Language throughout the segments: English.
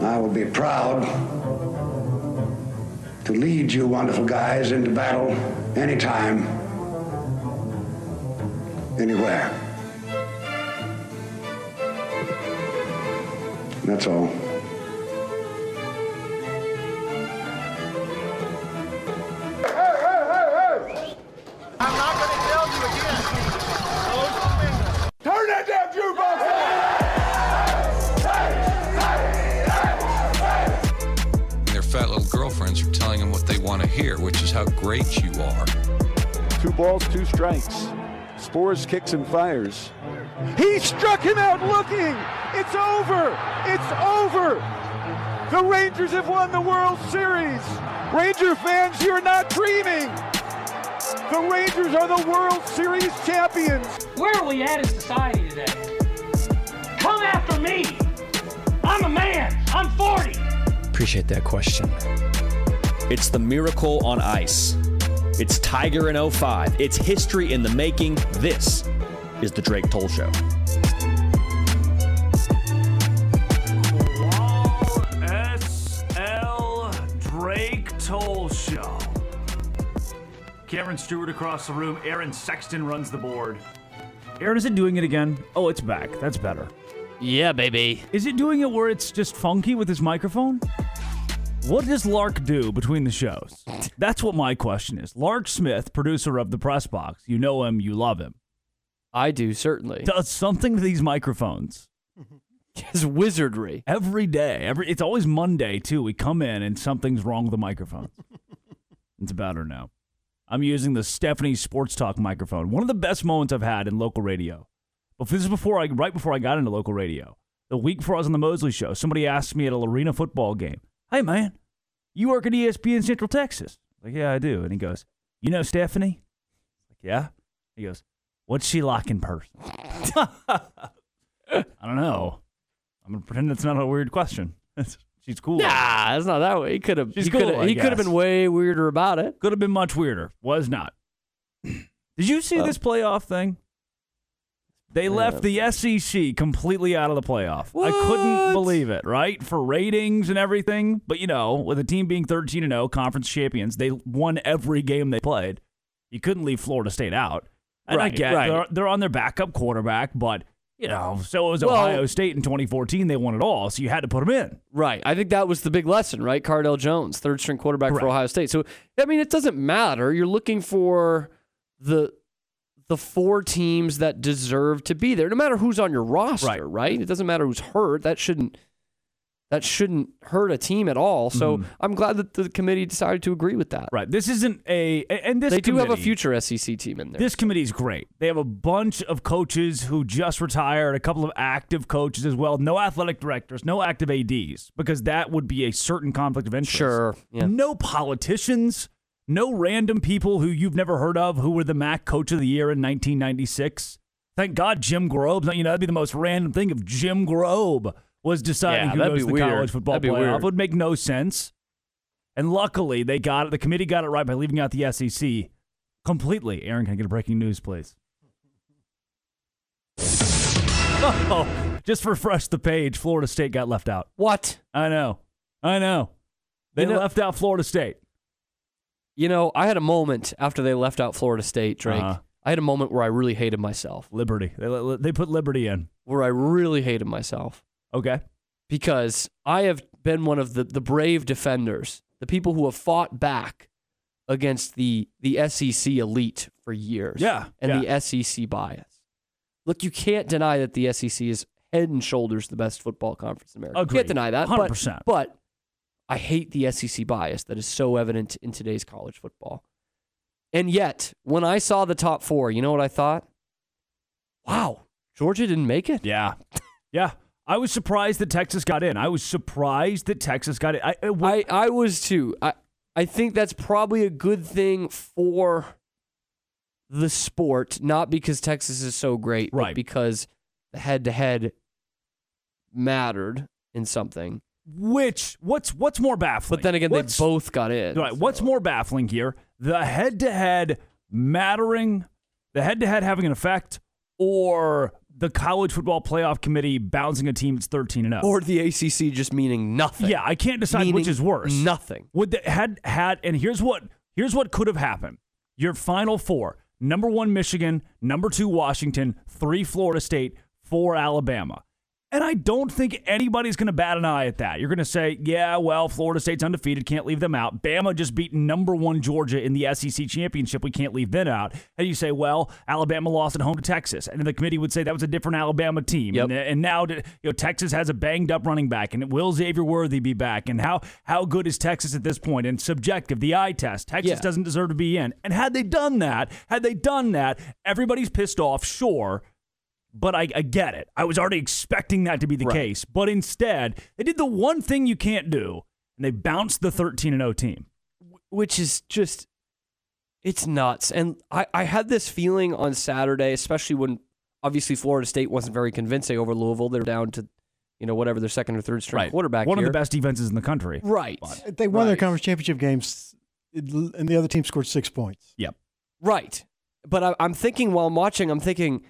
I will be proud to lead you wonderful guys into battle anytime, anywhere. That's all. I'm not going to tell you again. Turn that damn jukebox and their fat little girlfriends are telling them what they want to hear, which is how great you are. Two balls, two strikes. Spores, kicks, and fires. He struck him out looking. It's over. It's over. The Rangers have won the World Series. Ranger fans, you're not dreaming. The Rangers are the World Series champions. Where are we at as society today? Come after me. I'm a man. I'm 40. Appreciate that question. It's the miracle on ice. It's Tiger in 05. It's history in the making. This is the Drake Toll Show. SL Drake Toll Show. Cameron Stewart across the room. Aaron Sexton runs the board. Aaron, is it doing it again? Oh, it's back. That's better. Yeah, baby. Is it doing it where it's just funky with his microphone? What does Lark do between the shows? That's what my question is. Lark Smith, producer of The Press Box, you know him, you love him, I do, certainly. does something to these microphones His wizardry. every day. Every It's always Monday, too. We come in and something's wrong with the microphones. it's better now. I'm using the Stephanie Sports Talk microphone. One of the best moments I've had in local radio. But this is before I, right before I got into local radio. The week before I was on the Mosley Show, somebody asked me at a Lorena football game, "Hey man, you work at E ESPN Central Texas?" Like, yeah, I do. And he goes, "You know Stephanie?" Like, yeah. He goes, "What's she like in person?" I don't know. I'm gonna pretend that's not a weird question. She's cool. Nah, that's not that way. He could have. She's He cool, could I have. He could have guess. been way weirder about it. Could have been much weirder. Was not. Did you see Well- this playoff thing? They left the SEC completely out of the playoff. I couldn't What? believe it, right? For ratings and everything. But you know, with a team being 13 and 0 conference champions, they won every game they played. You couldn't leave Florida State out. And I Right, get right. they're, they're on their backup quarterback, but you know, so was Well- Ohio State in 2014. They won it all, so you had to put them in. Right. I think that was the big lesson, right? Cardell Jones, third string quarterback Correct. for Ohio State. So I mean, it doesn't matter. You're looking for the the four teams that deserve to be there, no matter who's on your roster, Right. right? It doesn't matter who's hurt. That shouldn't that shouldn't hurt a team at all. So I'm glad that the committee decided to agree with that. Mm-hmm. Right. This isn't a a- and this They do have a committee- future SEC team in there. This committee's great. They have a bunch of coaches who just retired, a couple of active coaches as well, no athletic directors, no active ADs, because that would be a certain conflict of interest. sure. Yeah. No politicians, no random people who you've never heard of who were the MAC coach of the year in 1996. Thank God Jim Grobe, you know, that'd be the most random thing if Jim Grobe was deciding Yeah, who that'd goes to be the weird. college football That'd be playoff. weird. would make no sense. And luckily, they got it. The committee got it right by leaving out the SEC completely. Aaron, can I get a breaking news, please? Oh, just refresh the page. Florida State got left out. What? I know. I know. They You know- left out Florida State. You know, I had a moment after they left out Florida State, Drake. Uh-huh. I had a moment where I really hated myself. Liberty. They, let- they put Liberty in. Where I really hated myself. Okay. because I have been one of the, the brave defenders, the people who have fought back against the the SEC elite for years. Yeah, And the SEC bias. Look, you can't deny that the SEC is head and shoulders the best football conference in America. You Agreed. can't deny that. but- 100%. But, I hate the SEC bias that is so evident in today's college football. And yet, when I saw the top four, you know what I thought? Wow, Georgia didn't make it. Yeah. Yeah. I was surprised that Texas got in. I was surprised that Texas got in. I, I- I, I was too. I I think that's probably a good thing for the sport, not because Texas is so great, Right. but because the head to head mattered in something. which what's what's more baffling? But then again, What's- they both got in. Right. What's so- more baffling here? The head to head mattering, the head to head having an effect, or the college football playoff committee bouncing a team that's 13 and oh? up. Or the ACC just meaning nothing. Yeah, I can't decide which Meaning is worse. Nothing. Would the, had had and here's what here's what could have happened. Your final four: number one Michigan, number two Washington, three Florida State, four Alabama. And I don't think anybody's going to bat an eye at that. You're going to say, yeah, well, Florida State's undefeated, can't leave them out. Bama just beat number one Georgia in the SEC championship, we can't leave them out. And you say, well, Alabama lost at home to Texas. And then the committee would say that was a different Alabama team. Yep. And, uh, and now you know, Texas has a banged up running back, and will Xavier Worthy be back? And how, how good is Texas at this point? And subjective, the eye test. Texas Yeah. doesn't deserve to be in. And had they done that, had they done that, everybody's pissed off, sure but I, I get it. I was already expecting that to be the case. But instead, they did the one thing you can't do, and they bounced the 13 and 0 team. which is just it's nuts. And I, I had this feeling on Saturday, especially when obviously Florida State wasn't very convincing over Louisville. They're down to you know whatever their second or third string quarterback. One of here. the best defenses in the country. Right. They won their Right. conference championship games, and the other team scored six points. Yep. Right. But I, I'm thinking while I'm watching, I'm thinking,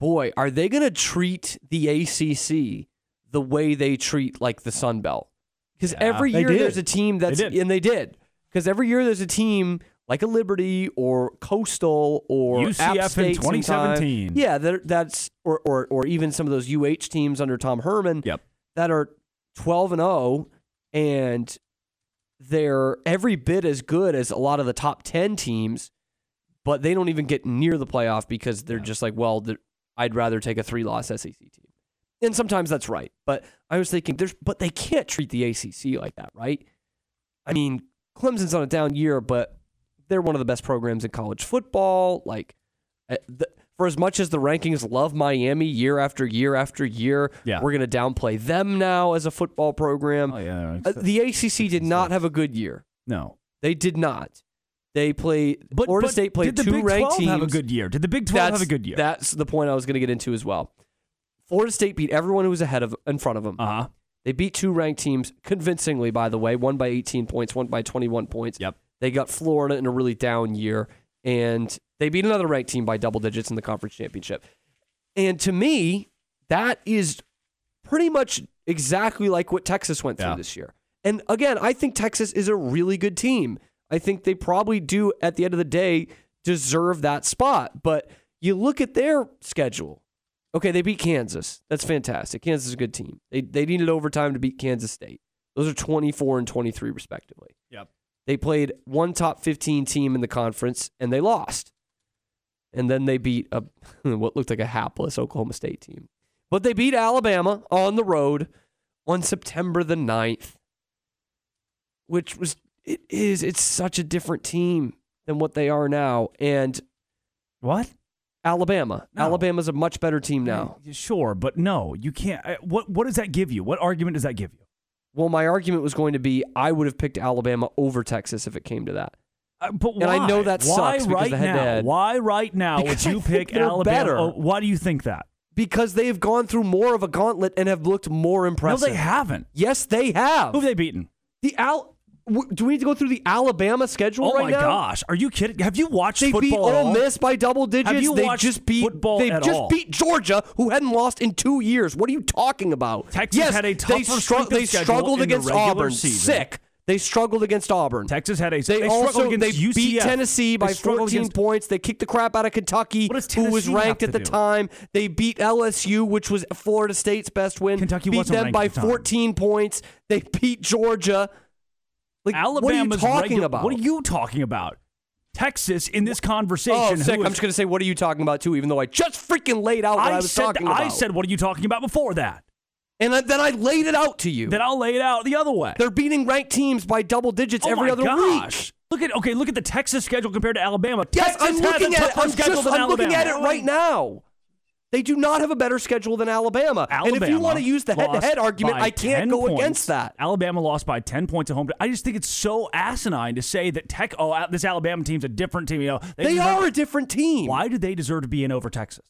boy, are they going to treat the ACC the way they treat like the Sun Belt? Because Yeah. every They year did. there's a team that's did. and they did because every year there's a team like a Liberty or Coastal or App UCF in State sometime. 2017. Yeah, that, that's or, or or even some of those UH teams under Tom Herman Yep. that are 12 and 0 and they're every bit as good as a lot of the top 10 teams but they don't even get near the playoff because they're just like well th- i'd rather take a three loss sec team and sometimes that's right but i was thinking there's but they can't treat the acc like that right i mean clemson's on a down year but they're one of the best programs in college football like uh, the, for as much as the rankings love miami year after year after year Yeah. we're going to downplay them now as a football program Oh, yeah. uh, the ACC did not have a good year. No. They did not. They play. But, Florida but State played did the two Big ranked 12 teams. have a good year? Did the Big 12 that's, have a good year? That's the point I was going to get into as well. Florida State beat everyone who was ahead of in front of them. uh-huh. They beat two ranked teams convincingly, by the way, one by 18 points, one by 21 points. Yep. They got Florida in a really down year, and they beat another ranked team by double digits in the conference championship. And to me, that is pretty much exactly like what Texas went through Yeah. this year. And again, I think Texas is a really good team. I think they probably do, at the end of the day, deserve that spot. But you look at their schedule. Okay, they beat Kansas. That's fantastic. Kansas is a good team. They they needed overtime to beat Kansas State. Those are 24 and 23 respectively. Yep. They played one top 15 team in the conference and they lost. And then they beat a what looked like a hapless Oklahoma State team. But they beat Alabama on the road on September the 9th, which was it is it's such a different team than what they are now and What? Alabama. No. Alabama's a much better team now. Sure, but no, you can't. I- What, what does that give you? What argument does that give you? Well, my argument was going to be I would have picked Alabama over Texas if it came to that. Uh, but And I why? know that why sucks because right the now? head-to-head- Why right now Because would I you think pick they're Alabama? better. Oh, why do you think that? Because they've gone through more of a gauntlet and have looked more impressive. No, they haven't. Yes, they have. Who have they beaten? the Al- w- Do we need to go through the Alabama schedule oh right my now? gosh, are you kidding? Have you watched They football? beat at all? Ole Miss by double digits. Have you they watched just beat football they at just all? beat Georgia, who hadn't lost in two years. What are you talking about? Texas yes, had they, a tougher strength of they schedule struggled in the against regular Auburn. season. Sick. They struggled against Auburn. Texas had a. They, struggled also they against UCF. beat Tennessee by They struggled 14 against- points. They kicked the crap out of Kentucky, What does who was Tennessee ranked have at to the do? time. They beat LSU, which was Florida State's best win. Kentucky beat wasn't them ranked by at the time. 14 points. They beat Georgia. Like what are you Alabama's talking regu- about? What are you talking about? Texas in this conversation. Oh, who sick. is- I'm just gonna say, what are you talking about too? Even though I just freaking laid out what I, I was said. talking about. I said. What are you talking about before that? and I, then I laid it out to you. Then I'll lay it out the other way. They're beating ranked teams by double digits oh every my other week. gosh. Look at okay. Look at the Texas schedule compared to Alabama. Yes, Texas I'm has looking a at tougher it. I'm, schedule just, than I'm looking at it Alabama. right now. They do not have a better schedule than Alabama. and if you Alabama want to use the lost head-to-head argument, by I can't 10 go points. against that. Alabama lost by ten points at home. I just think it's so asinine to say that Tech. Oh, Al- this Alabama team's a different team. You know, They deserve- are a different team. Why do they deserve to be in over Texas?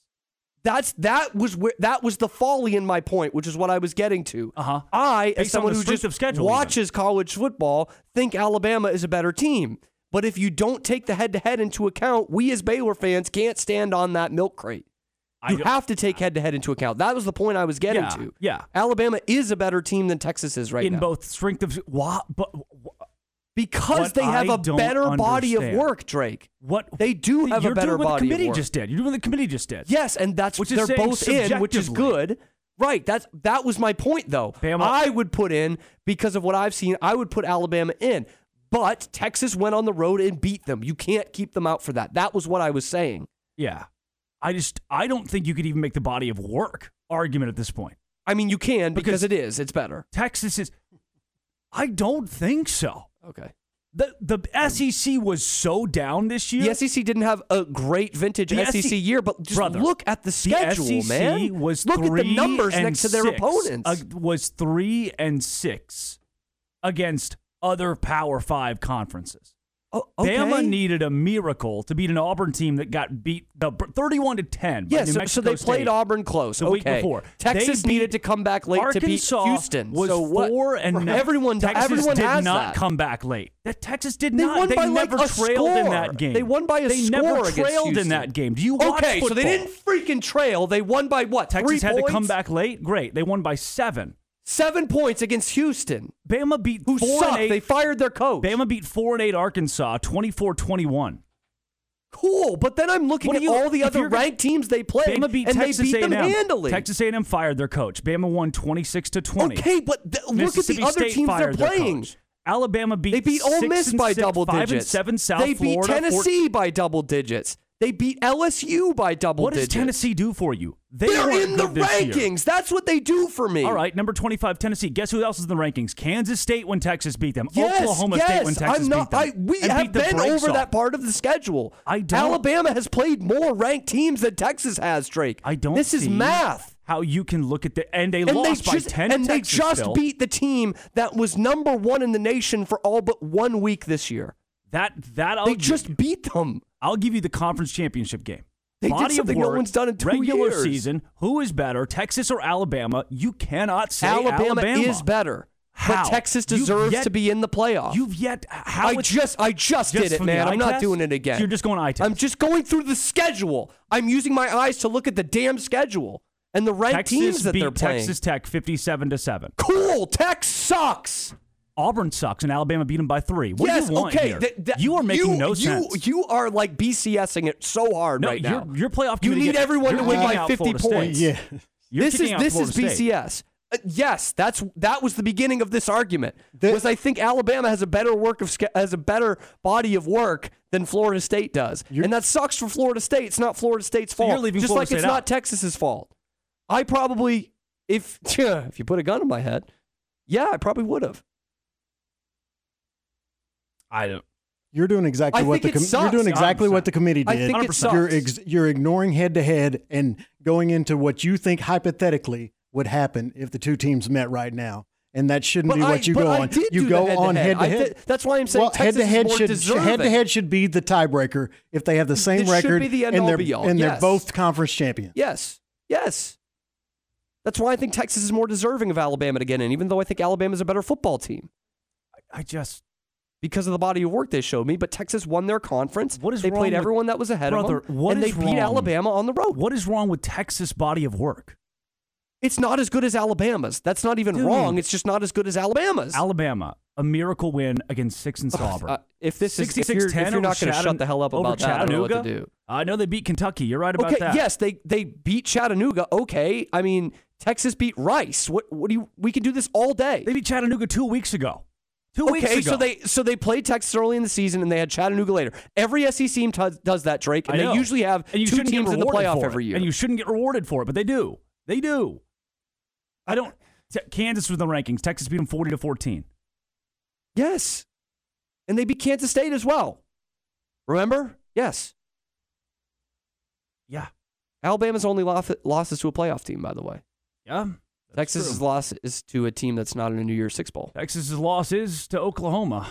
That's that was where that was the folly in my point, which is what I was getting to. Uh-huh. I, as Based on someone the who strength just of schedule, watches college football, think Alabama is a better team. But if you don't take the head-to-head into account, we as Baylor fans can't stand on that milk crate. You have to take head to head into account. That was the point I was getting Yeah, to. yeah. Alabama is a better team than Texas is right in now. both strength of what, but because What they have I a don't better body of understand. work, Drake. What they do have you're a better doing what body the committee of work. just did. You're doing what the committee just did. Yes, and that's Which is they're saying both in, which is subjectively. good. Right. That's that was my point though. I would put in because of what I've seen, I would put Alabama in. But Texas went on the road and beat them. You can't keep them out for that. That was what I was saying. Yeah. I just I don't think you could even make the body of work argument at this point. I mean, you can because, it is. It's better. Texas is I don't think so. Okay. The the SEC was so down this The year. SEC didn't have a great vintage The SEC, SEC year, but just Brother, look at the schedule, the SEC man. Was look at the three numbers and next to their six, opponents. uh, was three and six against other Power Five conferences. Oh, Bama okay. needed a miracle to beat an Auburn team that got beat the thirty-one to ten. by Yeah, New so, so Mexico they State played Auburn close The okay. week before, Texas They beat- needed to come back late Arkansas to beat Houston. Was so what? four and everyone, Texas everyone did has not that. come back late. That Texas did They not. won they by like never a trailed in that score. game. They won by a They score never against trailed in Houston. that game. Do you watch okay? So they football? didn't freaking trail. They won by what? Texas three had points? to come back late. Great, they won by seven. Seven points against Houston. Bama beat who four sucked. and eight. They fired their coach. Bama beat four and eight Arkansas, 24-21. Cool, but then I'm looking What at do you- all the if other you're gonna- ranked teams they played, Bama beat and Texas they beat A&M. them handily. Texas A&M fired their coach. Bama won twenty six to twenty. Okay, but th- look at the Mississippi other State teams they're fired their playing. coach. Alabama beat They beat Ole six Miss and by six- double five digits. and seven South they Florida. beat four- Tennessee by double digits. They beat LSU by double What does digits. Tennessee do for you? They They're weren't in the good this year. rankings. That's what they do for me. All right, number 25, Tennessee. Guess who else is in the rankings? Kansas State when Texas beat them. Yes, Oklahoma yes, State when Texas I'm not, beat them. I, we And have beat the been brakes over off. that part of the schedule. I don't- Alabama has played more ranked teams than Texas has, Drake. I don't This is see math. How you can look at the. And they and lost they just, by 10 to and they Texas just still. beat the team that was number one in the nation for all but one week this year. That, that I'll they give just you. beat them. I'll give you the conference championship game. They did Body something of no work, one's done in two regular years. season. Who is better, Texas or Alabama? You cannot say Alabama, Alabama. is better, How? but Texas You've deserves yet- to be in the playoff. You've yet how I it's- just, I just, Just did it, from the man. eye I'm not test? doing it again. You're just going eye test. I'm just going through the schedule. I'm using my eyes to look at the damn schedule and the ranked Texas teams that beat they're playing. Texas Tech 57 to 7. Cool. Tech sucks. Auburn sucks and Alabama beat them by 3. What yes. do you want okay. here? that- that- you are making you- no you- sense. You are like BCSing it so hard No, right your- now. your playoff You committee need get- everyone you're to win kicking by out 50 Florida State. points. Yeah. You're this is kicking out this Florida is State. BCS. Uh, yes, that's that was the beginning of this argument. was I think Alabama has a better work of sch- has a better body of work than Florida State does, and that sucks for Florida State. It's not Florida State's So fault. you're leaving Just Florida like it's State not out. Texas's fault. I probably if if you put a gun in my head, yeah, I probably would have. I don't. You're doing exactly I what think the it sucks. you're doing exactly what the committee I did. think it You're sucks. ex- you're ignoring head to head and going into what you think hypothetically would happen if the two teams met right now, and that shouldn't But be I- what you but go I on. did You do go the on head head-to-head. to I head. did- that's why I'm saying well, Texas is head-to-head more should deserving. head to head should be the tiebreaker if they have the same This should record be the end and all they're be all. and they're Yes. both conference champions. Yes, yes. That's why I think Texas is more deserving of Alabama to get in, even though I think Alabama's a better football team. I just because of the body of work they showed me. But Texas won their conference. What is they wrong played with- everyone that was ahead Brother, of them, what and they is beat wrong? Alabama on the road. What is wrong with Texas body of work? It's not as good as Alabama's. That's not even Dude. wrong. It's just not as good as Alabama's. Alabama, a miracle win against 6 and Auburn. Uh, if this is if 66 you're, if you're not going to shut the hell up over about that, I don't know what Chattanooga. to do. I know they beat Kentucky. You're right about okay, that. yes, they they beat Chattanooga. Okay, I mean Texas beat Rice. What what do you? We can do this all day. They beat Chattanooga 2 weeks ago. 2 okay, weeks ago. so they so they played Texas early in the season, and they had Chattanooga later. Every SEC team t- does that, Drake, and I they know. usually have And you two shouldn't get teams in the rewarded playoff for it. every year. And you shouldn't get rewarded for it, but they do. They do. I don't. Te- Kansas was in the rankings. Texas beat them 40 to 14. Yes. And they beat Kansas State as well. Remember? Yes. Yeah. Alabama's only lof- loss is to a playoff team, by the way. Yeah. Texas's true. loss is to a team that's not in a New Year's Six Bowl, Texas's loss is to Oklahoma.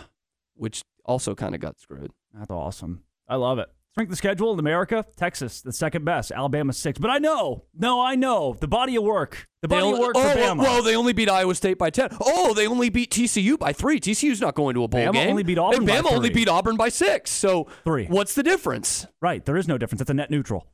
which also kind of got screwed. That's awesome. I love it. Strength of schedule in America, Texas, the second best. Alabama, six. But I know. No, I know. The body of work. The They body only- of work oh, for Bama. well, they only beat Iowa State by 10. Oh, they only beat TCU by three. TCU's not going to a bowl Bama game. only beat Auburn And by Bama only three. beat Auburn by six. So Three. what's the difference? Right. There is no difference. It's a net neutral.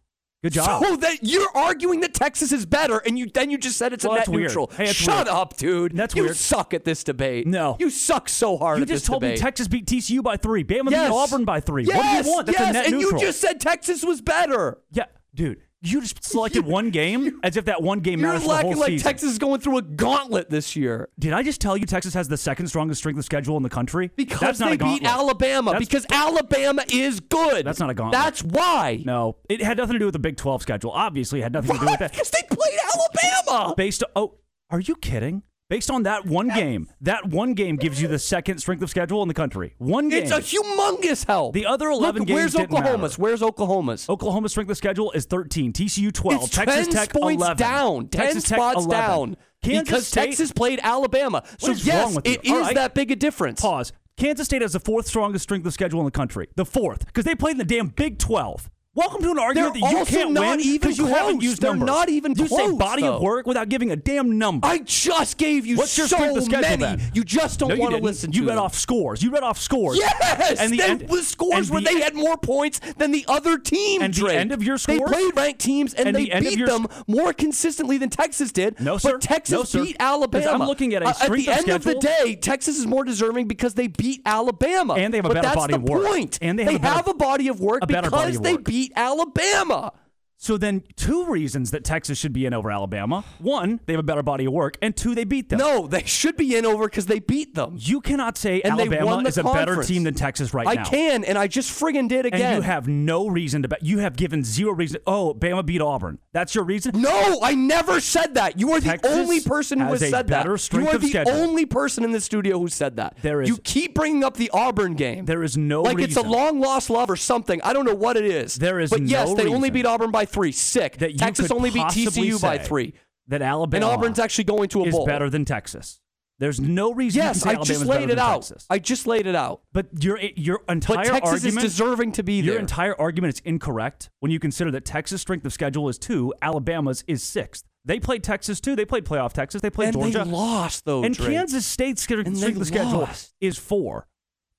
Good job. So that you're arguing that Texas is better, and you then you just said it's Well, a net that's weird. neutral. Hey, that's Shut weird. up, dude. That's you weird. suck at this debate. No. you suck so hard. You at just this told debate. me Texas beat TCU by three. Bama Yes. beat Auburn by three. Yes, what do you want? That's yes, a net and neutral. you just said Texas was better. yeah, dude, you just selected one game as if that one game You're matters for the whole lacking like season. Texas is going through a gauntlet this year. Did I just tell you Texas has the second strongest strength of schedule in the country? Because That's not they a gauntlet. beat Alabama. That's- because Alabama is good. That's not a gauntlet. That's why. no, it had nothing to do with the Big 12 schedule. Obviously, it had nothing to do with that. Because they played Alabama. Based oh, are you kidding? Based on that one game, that one game gives you the second strength of schedule in the country. One game. It's a humongous help. The other 11 Look, games Where's didn't Oklahoma's? matter. Where's Oklahoma's? Oklahoma strength of schedule is 13, TCU 12, It's Texas 10 Tech points 11. down. 10 Texas Tech spots 11. down. Kansas because State- Texas played Alabama. So, is yes, wrong with it you? All is right. that big a difference. Pause. Kansas State has the fourth strongest strength of schedule in the country. The fourth, because they played in the damn Big 12. Welcome to an They're argument that you also can't not win even because you haven't close. used They're numbers. not even You say close, body though. of work without giving a damn number. I just gave you What's your so strength of schedule many. then? You just don't No, you want to didn't. listen You to read them. off scores. You read off scores. Yes, and the, end- scores and where the- they had more points than the other team. And the Drake. end of your they scores? played ranked teams and, And they the end of beat your them more consistently than Texas did. No, but sir. Texas No, sir. beat Alabama. 'Cause I'm looking at a Uh, at strength the of end of the schedule. day, Texas is more deserving because they beat Alabama, And they have a but better that's body the of work. Point. And they have a better- a body of work a better because body of they work. beat Alabama. So then, two reasons that Texas should be in over Alabama: one, they have a better body of work, and two, they beat them. No, they should be in over because they beat them. you cannot say And they won Alabama the is a better conference. team than Texas right I now. can, and I just friggin' did And again. you have no reason to bet. You have given zero reason. Oh, Bama beat Auburn. That's your reason. No, I never said that. You are the Texas only person who has has a said better that. You strength are of the schedule. only person in the studio who said that. There is- You keep bringing up the Auburn game. There is no like it's a reason. long lost love or something. I don't know what it is. There is But yes, no they only reason beat Auburn by three. Sick. that you Texas could only beat possibly TCU by say three. That Alabama And Auburn's actually going to a is bowl. better than Texas. There's no reason. you yes, can say I just Alabama's laid better it than out. Texas. I just laid it out. but your your entire But Texas argument is deserving to be there. Your entire argument is incorrect when you consider that Texas' strength of schedule is two, Alabama's is sixth. They played Texas too. They played playoff Texas. They played and Georgia. they lost though. and Drake. Kansas State's stre- And they strength of schedule lost. is four.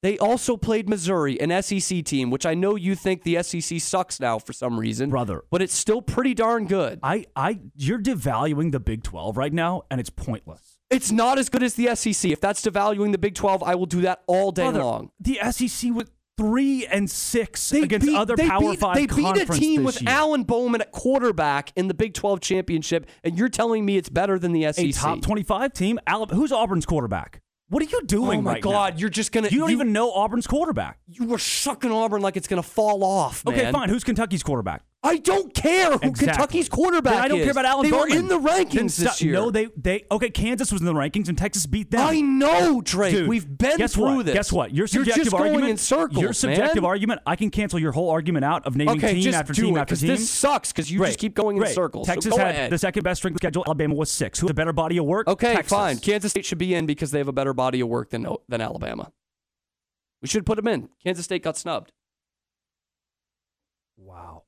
They also played Missouri, an SEC team, which I know you think the SEC sucks now for some reason. Brother. But it's still pretty darn good. I, I, you're devaluing the Big Twelve right now, and it's pointless. It's not as good as the SEC. If that's devaluing the Big 12, I will do that all day Brother, long. The SEC was three and six They against beat, other they Power beat, Five They beat a conference team this with year. Allen Bowman at quarterback in the Big 12 championship, and you're telling me it's better than the E SEC. a top twenty-five team. Alab- who's Auburn's quarterback? What are you doing Oh my right God, now? you're just gonna- You don't you- even know Auburn's quarterback. You were sucking Auburn like it's going to fall off. Okay, man. fine. Who's Kentucky's quarterback? I don't care who Exactly. Kentucky's quarterback Then I don't is. care about Allen They Bowman. were in the Then rankings stop- this year. No, they they okay. Kansas was in the rankings and Texas beat them. I know, Drake. Dude, We've been guess through what? this. Guess what? Your subjective You're just going argument. in circles. your subjective man. argument. I can cancel your whole argument out of naming Okay, team just after do team it, after 'cause team. this sucks, 'cause you Right, just keep going in right. circles. So Texas go had ahead. the second best strength schedule. Alabama was six. Who had a better body of work? Okay, Texas. fine. Kansas State should be in because they have a better body of work than than Alabama. We should put them in. Kansas State got snubbed. Wow,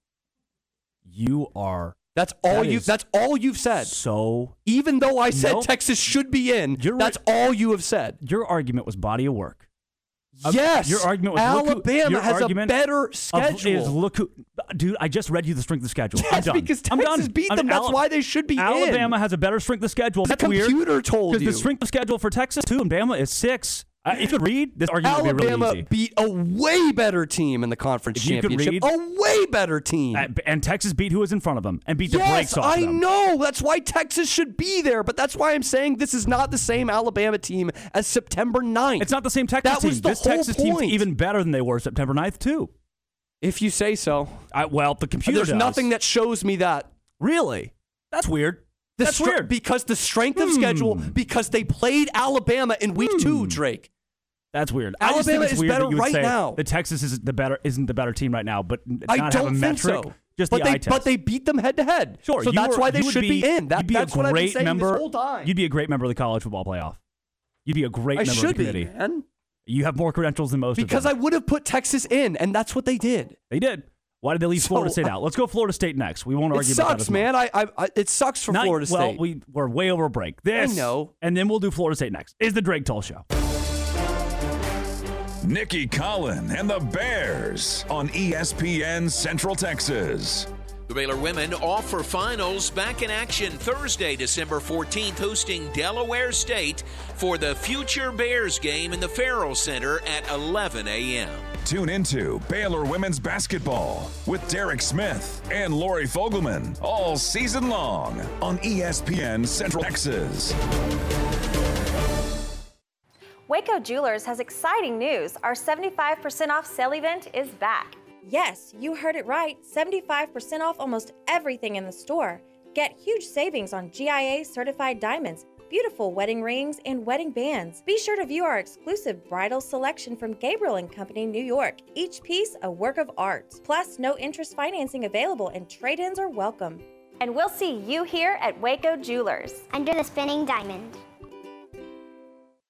you are That's all That you. is- That's all you've said. so. Even though I said Nope. Texas should be in, You're that's all you have said. Your argument was body of work. Uh, yes. your argument was look who- Alabama your has a argument better of- schedule. Is look who, dude? I just read you the strength of schedule. I'm Yes, done. because I'm Texas done. beat I'm- them. That's Ala- why they should be in. Alabama has a better strength of schedule. The That's weird. computer told Because you. the strength of schedule for Texas too and Bama is six. Uh, if you could read, this argument would be Alabama really easy. beat a way better team in the conference If you could championship. read- a way better team. Uh, and Texas beat who was in front of them and beat the Oh, yes, brakes off I them. know. That's why Texas should be there. But that's why I'm saying this is not the same Alabama team as September 9th. It's not the same Texas That team. was the this whole Texas point. team's even better than they were September 9th too. If you say so. I, well, the computer. There's does. nothing that shows me that. really. That's weird. The That's str- weird. Hmm. Because the strength of schedule, because they played Alabama in week two, Drake. That's weird. I just Alabama think it's is weird better that you would right say now. The Texas is the better isn't the better team right now, but n- I not don't have a think metric. so. Just but the they eye test. but they beat them head to head. Sure. So you that's were- why they you would should be, in. That, you'd be that's a what I've been great saying member. this whole time. You'd be a great member of the college football playoff. You'd be a great I member should of the committee. be, man. You have more credentials than most. Because I of them. would have put Texas in, and that's what they did. they did. Why did they leave So- Florida State out? Let's go Florida State next. We won't It argue about that sucks, as much. man. I, I, I it sucks for Not- Florida State. Well, we we're way over break. This know. and then we'll do Florida State next. Is the Drake Toll Show? E Nikki Collin and the Bears on ESPN Central Texas. The Baylor women off for finals back in action Thursday, December 14th, hosting Delaware State for the Future Bears game in the Farrell Center at 11 a.m. Tune into Baylor Women's Basketball with Derek Smith and Lori Fogelman all season long on E ESPN Central Texas. Waco Jewelers has exciting news. Our 75% off sale event is back. Yes, you heard it right 75% off almost everything in the store. Get huge savings on GIA certified diamonds, beautiful wedding rings, and wedding bands. Be sure to view our exclusive bridal selection from Gabriel and Company, New York. Each piece a work of art. Plus, no interest financing available and trade ins are welcome. And we'll see you here at Waco Jewelers. Under the spinning diamond.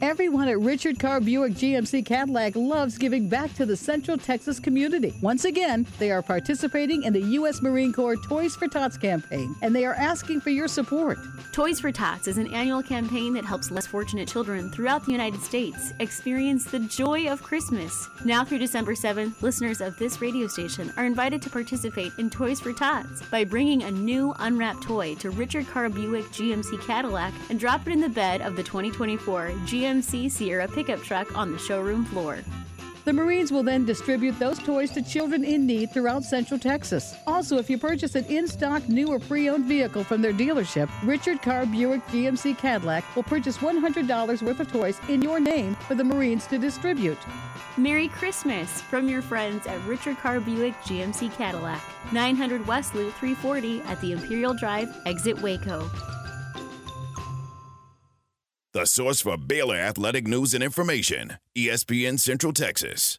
Everyone at Richard Carr Buick GMC Cadillac loves giving back to the Central Texas community. Once again, they are participating in the U.S. Marine Corps Toys for Tots campaign, and they are asking for your support. Toys for Tots is an annual campaign that helps less fortunate children throughout the United States experience the joy of Christmas. Now through December 7th, listeners of this radio station are invited to participate in Toys for Tots by bringing a new unwrapped toy to Richard Carr Buick GMC Cadillac and drop it in the bed of the 2024 GMC. GMC Sierra pickup truck on the showroom floor. The Marines will then distribute those toys to children in need throughout Central Texas. Also, if you purchase an in stock, new, or pre owned vehicle from their dealership, Richard Carr Buick GMC Cadillac will purchase $100 worth of toys in your name for the Marines to distribute. Merry Christmas from your friends at Richard Carr Buick GMC Cadillac, 900 West Loop 340 at the Imperial Drive, exit Waco. The source for Baylor athletic news and information, E ESPN Central Texas.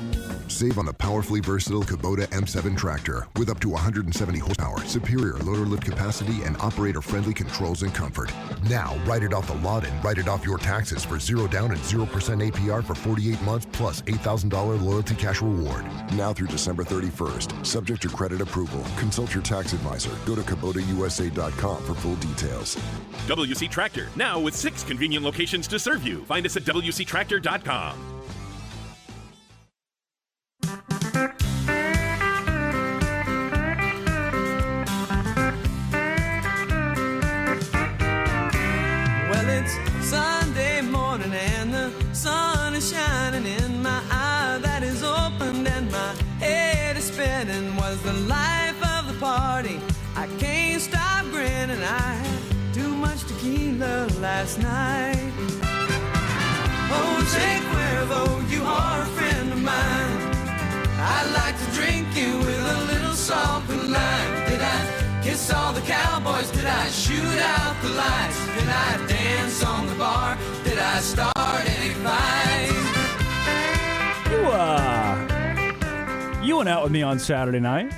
Save on the powerfully versatile Kubota M7 tractor with up to 170 horsepower, superior loader lift capacity, and operator-friendly controls and comfort. Now, write it off the lot and write it off your taxes for zero down and 0% APR for 48 months plus $8,000 loyalty cash reward. Now through December 31st, subject to credit approval. Consult your tax advisor. Go to KubotaUSA.com for full details. WC Tractor, now with six convenient locations to serve you. Find us at WCTractor.com. Well, it's Sunday morning and the sun is shining in my eye that is opened and my head is spinning. Was the life of the party? I can't stop grinning. I had too much tequila last night. Oh, Jay Cuervo, you are a friend of mine. I like to drink you with a little salt and lime. Did I kiss all the cowboys? Did I shoot out the lights? Did I dance on the bar? Did I start any fight? You, uh, you went out with me on Saturday night.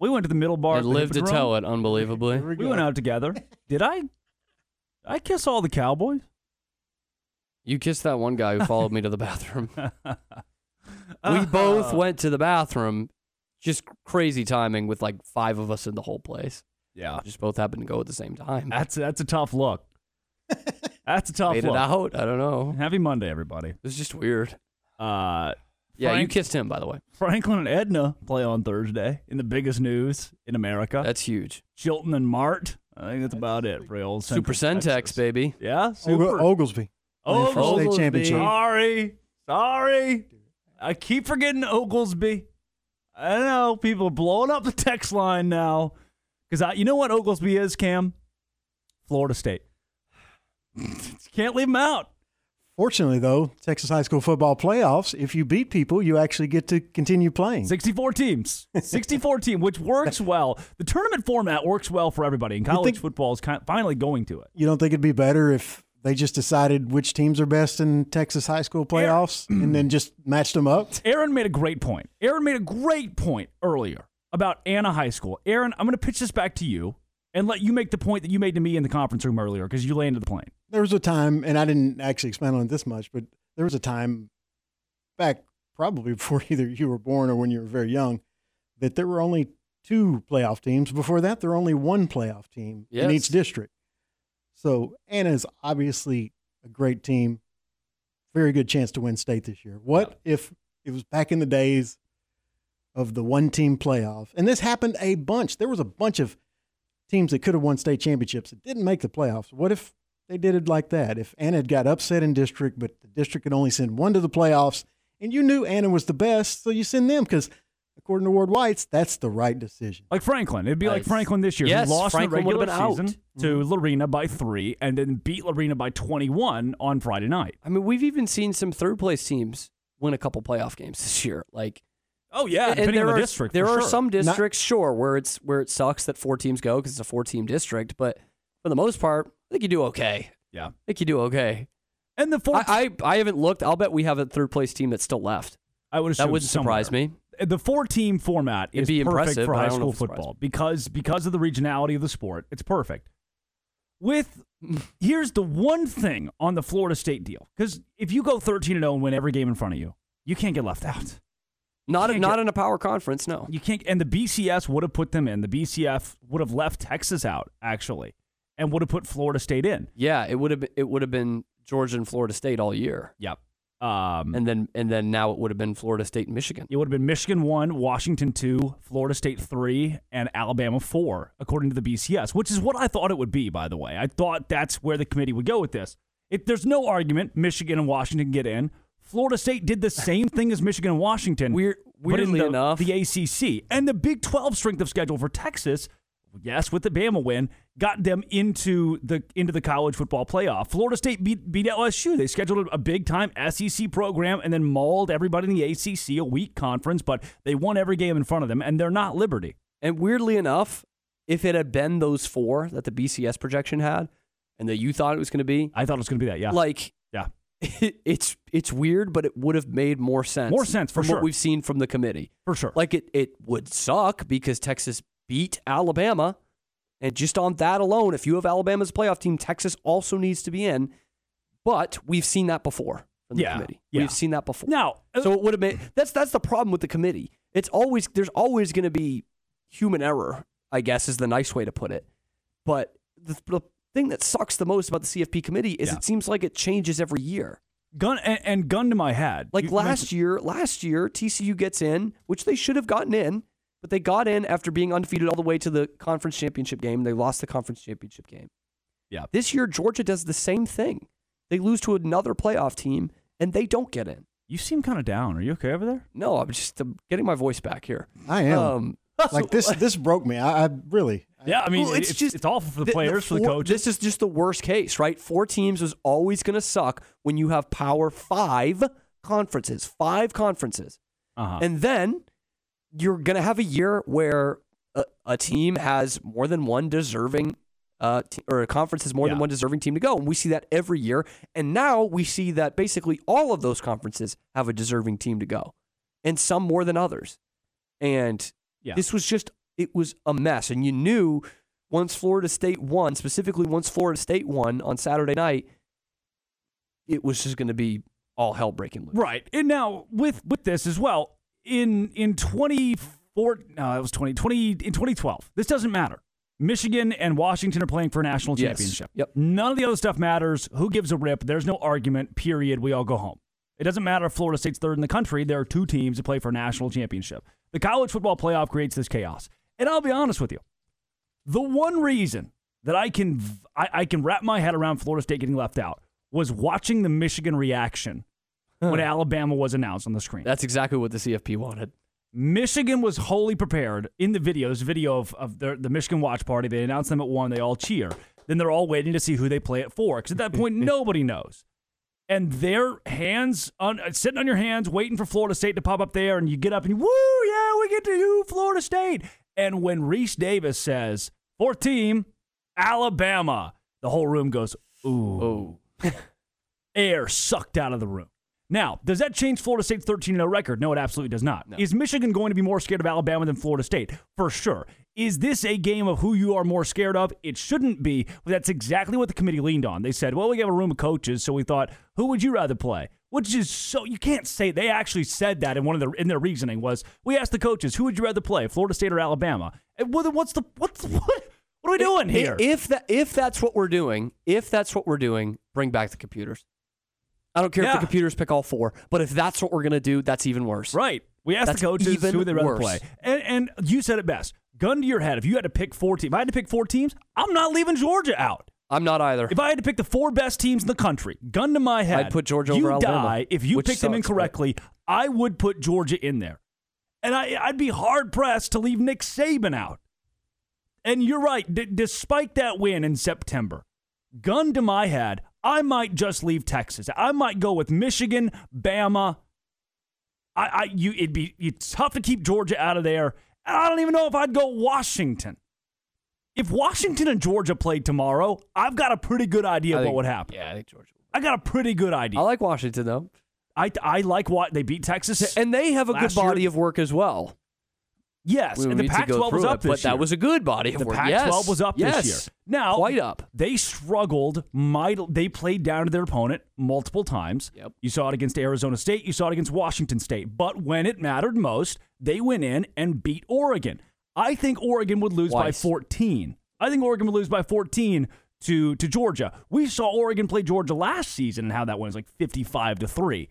We went to the middle bar. And lived to tell it, unbelievably. We, went out together. Did I? I kiss all the cowboys. You kissed that one guy who followed me to the bathroom. Uh-huh. we both went to the bathroom. Just crazy timing with like five of us in the whole place. Yeah. Just both happened to go at the same time. That's that's a tough look. That's a tough Made it look. out. I don't know. Happy Monday, everybody. It's just weird. Uh, Yeah, you kissed him, by the way. Franklin and Edna play on Thursday in the biggest news in America. That's huge. Chilton and Mart. I think that's about it for old Super Central Sentex, baby. Yeah, Ogle- super. Oglesby. Oglesby. State championship. Sorry. Sorry. I keep forgetting Oglesby. I don't know. People are blowing up the text line now. Because you know what Oglesby is, Cam? Florida State. Can't leave him out. Fortunately, though, Texas high school football playoffs. If you beat people, you actually get to continue playing. 64 teams. 64 team, which works well. The tournament format works well for everybody, and college football is kind finally going to it. You don't think it'd be better if they just decided which teams are best in Texas high school playoffs and then just matched them up? Aaron made a great point. Aaron made a great point earlier about Anna High School. Aaron, I'm going to pitch this back to you and let you make the point that you made to me in the conference room earlier because you landed the plane. There was a time, and I didn't actually expand on it this much, but there was a time back probably before either you were born or when you were very young that there were only two playoff teams. Before that, there were only one playoff team in Yes. each district. So Anna is obviously a great team. Very good chance to win state this year. What if it was back in the days of the one team playoff? And this happened a bunch. There was a bunch of teams that could have won state championships that didn't make the playoffs. What if they did it like that? If Anna had got upset in district, but the district could only send one to the playoffs, and you knew Anna was the best, so you send them because, according to Ward White's, that's the right decision. Like Franklin. It'd be like Nice. Franklin this year. Yes, who lost Franklin in the would've regular been season out. Mm-hmm. to Lorena by three and then beat Lorena by 21 on Friday night. I mean, we've even seen some third place teams win a couple playoff games this year. Like, Oh, yeah. and depending there on the are, district. There for are sure. some districts, sure, where it's where it sucks that four teams go because it's a four team district. But for the most part, I think you do okay. Yeah, I think you do okay. And the four, I, I I haven't looked. I'll bet we have a third place team that's still left. I would that assume wouldn't surprise somewhere. me. The four team format It'd is be perfect impressive, for but I high don't know school if it's surprising. football because because of the regionality of the sport. It's perfect. With here's the one thing on the Florida State deal because if you go 13 and 0 and win every game in front of you, you can't get left out. Not not in a power conference, no. You can't. And the BCS would have put them in. The BCF would have left Texas out actually, and would have put Florida State in. Yeah, it would have it would have been Georgia and Florida State all year. Yep. Um, and then and then now it would have been Florida State and Michigan. It would have been Michigan one, Washington two, Florida State three, and Alabama four, according to the BCS, which is what I thought it would be. By the way, I thought that's where the committee would go with this. If there's no argument, Michigan and Washington get in. Florida State did the same thing as Michigan and Washington. Weird, weirdly the, enough- the ACC and the Big Twelve strength of schedule for Texas. Yes, with the Bama win, got them into the into the college football playoff. Florida State beat, beat LSU. They scheduled a big time SEC program and then mauled everybody in the ACC, a weak conference, but they won every game in front of them, and they're not Liberty. And weirdly enough, if it had been those four that the BCS projection had, and that you thought it was going to be, I thought it was going to be that. Yeah, like yeah, it's it's weird, but it would have made more sense. More sense, for from sure. what we've seen from the committee, for sure. Like it it would suck because Texas beat Alabama, and just on that alone, if you have Alabama's playoff team, Texas also needs to be in. But we've seen that before from the Yeah, committee. yeah. We've seen that before. Now, uh, so it would have been that's that's the problem with the committee. It's always there's always going to be human error. I guess is the nice way to put it. But the, the thing that sucks the most about the CFP committee is it seems like it changes every year. Gun and, and gun to my head. Like You last mentioned- year, last year TCU gets in, which they should have gotten in, but they got in after being undefeated all the way to the conference championship game. They lost the conference championship game. Yeah. This year Georgia does the same thing. They lose to another playoff team and they don't get in. You seem kind of down. Are you okay over there? No, I'm just I'm getting my voice back here. I am. Um, like this, this broke me. I, I really. Yeah, I mean, Well, it's, just it's awful for the, players, for the four- coaches. This is just the worst case, right? Four teams is always going to suck when you have power five conferences, five conferences. Uh-huh. And then you're going to have a year where a, a team has more than one deserving, uh, te- or a conference has more than one deserving team to go. And we see that every year. And now we see that basically all of those conferences have a deserving team to go, and some more than others. And Yeah. this was just, it was a mess. And you knew once Florida State won, specifically once Florida State won on Saturday night, it was just going to be all hell breaking loose. Right. And now with with this as well, in in 24 no, it was 20, 20 in 2012. This doesn't matter. Michigan and Washington are playing for a national Yes. championship. Yep. None of the other stuff matters. Who gives a rip? There's no argument. Period. We all go home. It doesn't matter if Florida State's third in the country. There are two teams that play for a national championship. The college football playoff creates this chaos. And I'll be honest with you, the one reason that I can v- I, I can wrap my head around Florida State getting left out was watching the Michigan reaction when Alabama was announced on the screen. That's exactly what the CFP wanted. Michigan was wholly prepared in the video. There's a video of, of their, the Michigan watch party. They announce them at one, they all cheer. Then they're all waiting to see who they play it for. Because at that point, nobody knows. And their hands, on, uh, sitting on your hands, waiting for Florida State to pop up there. And you get up and you, woo, yeah, we get to you, Florida State. And when Reese Davis says, for team, Alabama, the whole room goes, ooh. Air sucked out of the room. Now, does that change Florida State's 13 0 record? No, it absolutely does not. Is Michigan going to be more scared of Alabama than Florida State? For sure. Is this a game of who you are more scared of? It shouldn't be. But that's exactly what the committee leaned on. They said, well, we have a room of coaches, so we thought, who would you rather play? Which is so you can't say they actually said that in one of their in their reasoning was we asked the coaches who would you rather play Florida State or Alabama and what- what's the what's the, what what are we doing I- here If that if that's what we're doing, if that's what we're doing, bring back the computers. I don't care if Yeah. the computers pick all four, but if that's what we're gonna do, that's even worse. Right. We asked That's the coaches even who they rather worse. play, and, and you said it best. Gun to your head. If you had to pick four teams, if I had to pick four teams, I'm not leaving Georgia out. I'm not either. If I had to pick the four best teams in the country, gun to my head, I'd put Georgia you over Alabama, Die if you which picked them sucks, but- incorrectly. I would put Georgia in there, and I, I'd be hard pressed to leave Nick Saban out. And you're right. D- despite that win in September, gun to my head, I might just leave Texas. I might go with Michigan, Bama. I, I you, it'd be it's tough to keep Georgia out of there. And I don't even know if I'd go Washington. If Washington and Georgia played tomorrow, I've got a pretty good idea I of think- what would happen. Yeah, I think Georgia. I got a pretty good idea. I like Washington though. I I like what they beat Texas, and they have a good body of work as well. Yes, We and the need to Pac-12 go was through up it, this but that year. was a good body of the work. Pac-12 Yes. was up Yes. this year. Now, Quite up. They struggled. Might they played down to their opponent multiple times. Yep. You saw it against Arizona State. You saw it against Washington State. But when it mattered most, they went in and beat Oregon. I think Oregon would lose by 14. I think Oregon would lose by 14 to to Georgia. We saw Oregon play Georgia last season and how that went It was like 55 to three.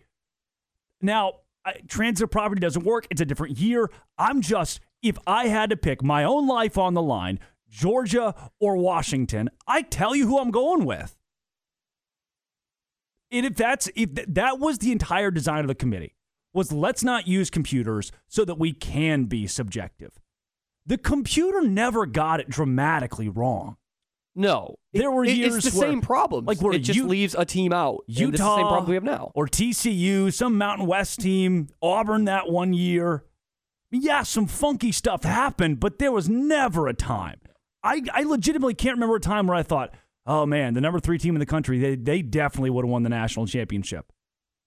Now, I, transitive property doesn't work. It's a different year. I'm just, if I had to pick my own life on the line, Georgia or Washington, I tell you who I'm going with. And if that's if th- that was the entire design of the committee was let's not use computers so that we can be subjective. The computer never got it dramatically wrong. No, There were It- years It's the where- same problem. like where it just you- leaves a team out. Utah, and this is the same problem we have now. or TCU, some Mountain West team, Auburn that one year. Yeah, some funky stuff happened, but there was never a time. I, I legitimately can't remember a time where I thought, oh man, the number three team in the country, they, they definitely would have won the national championship.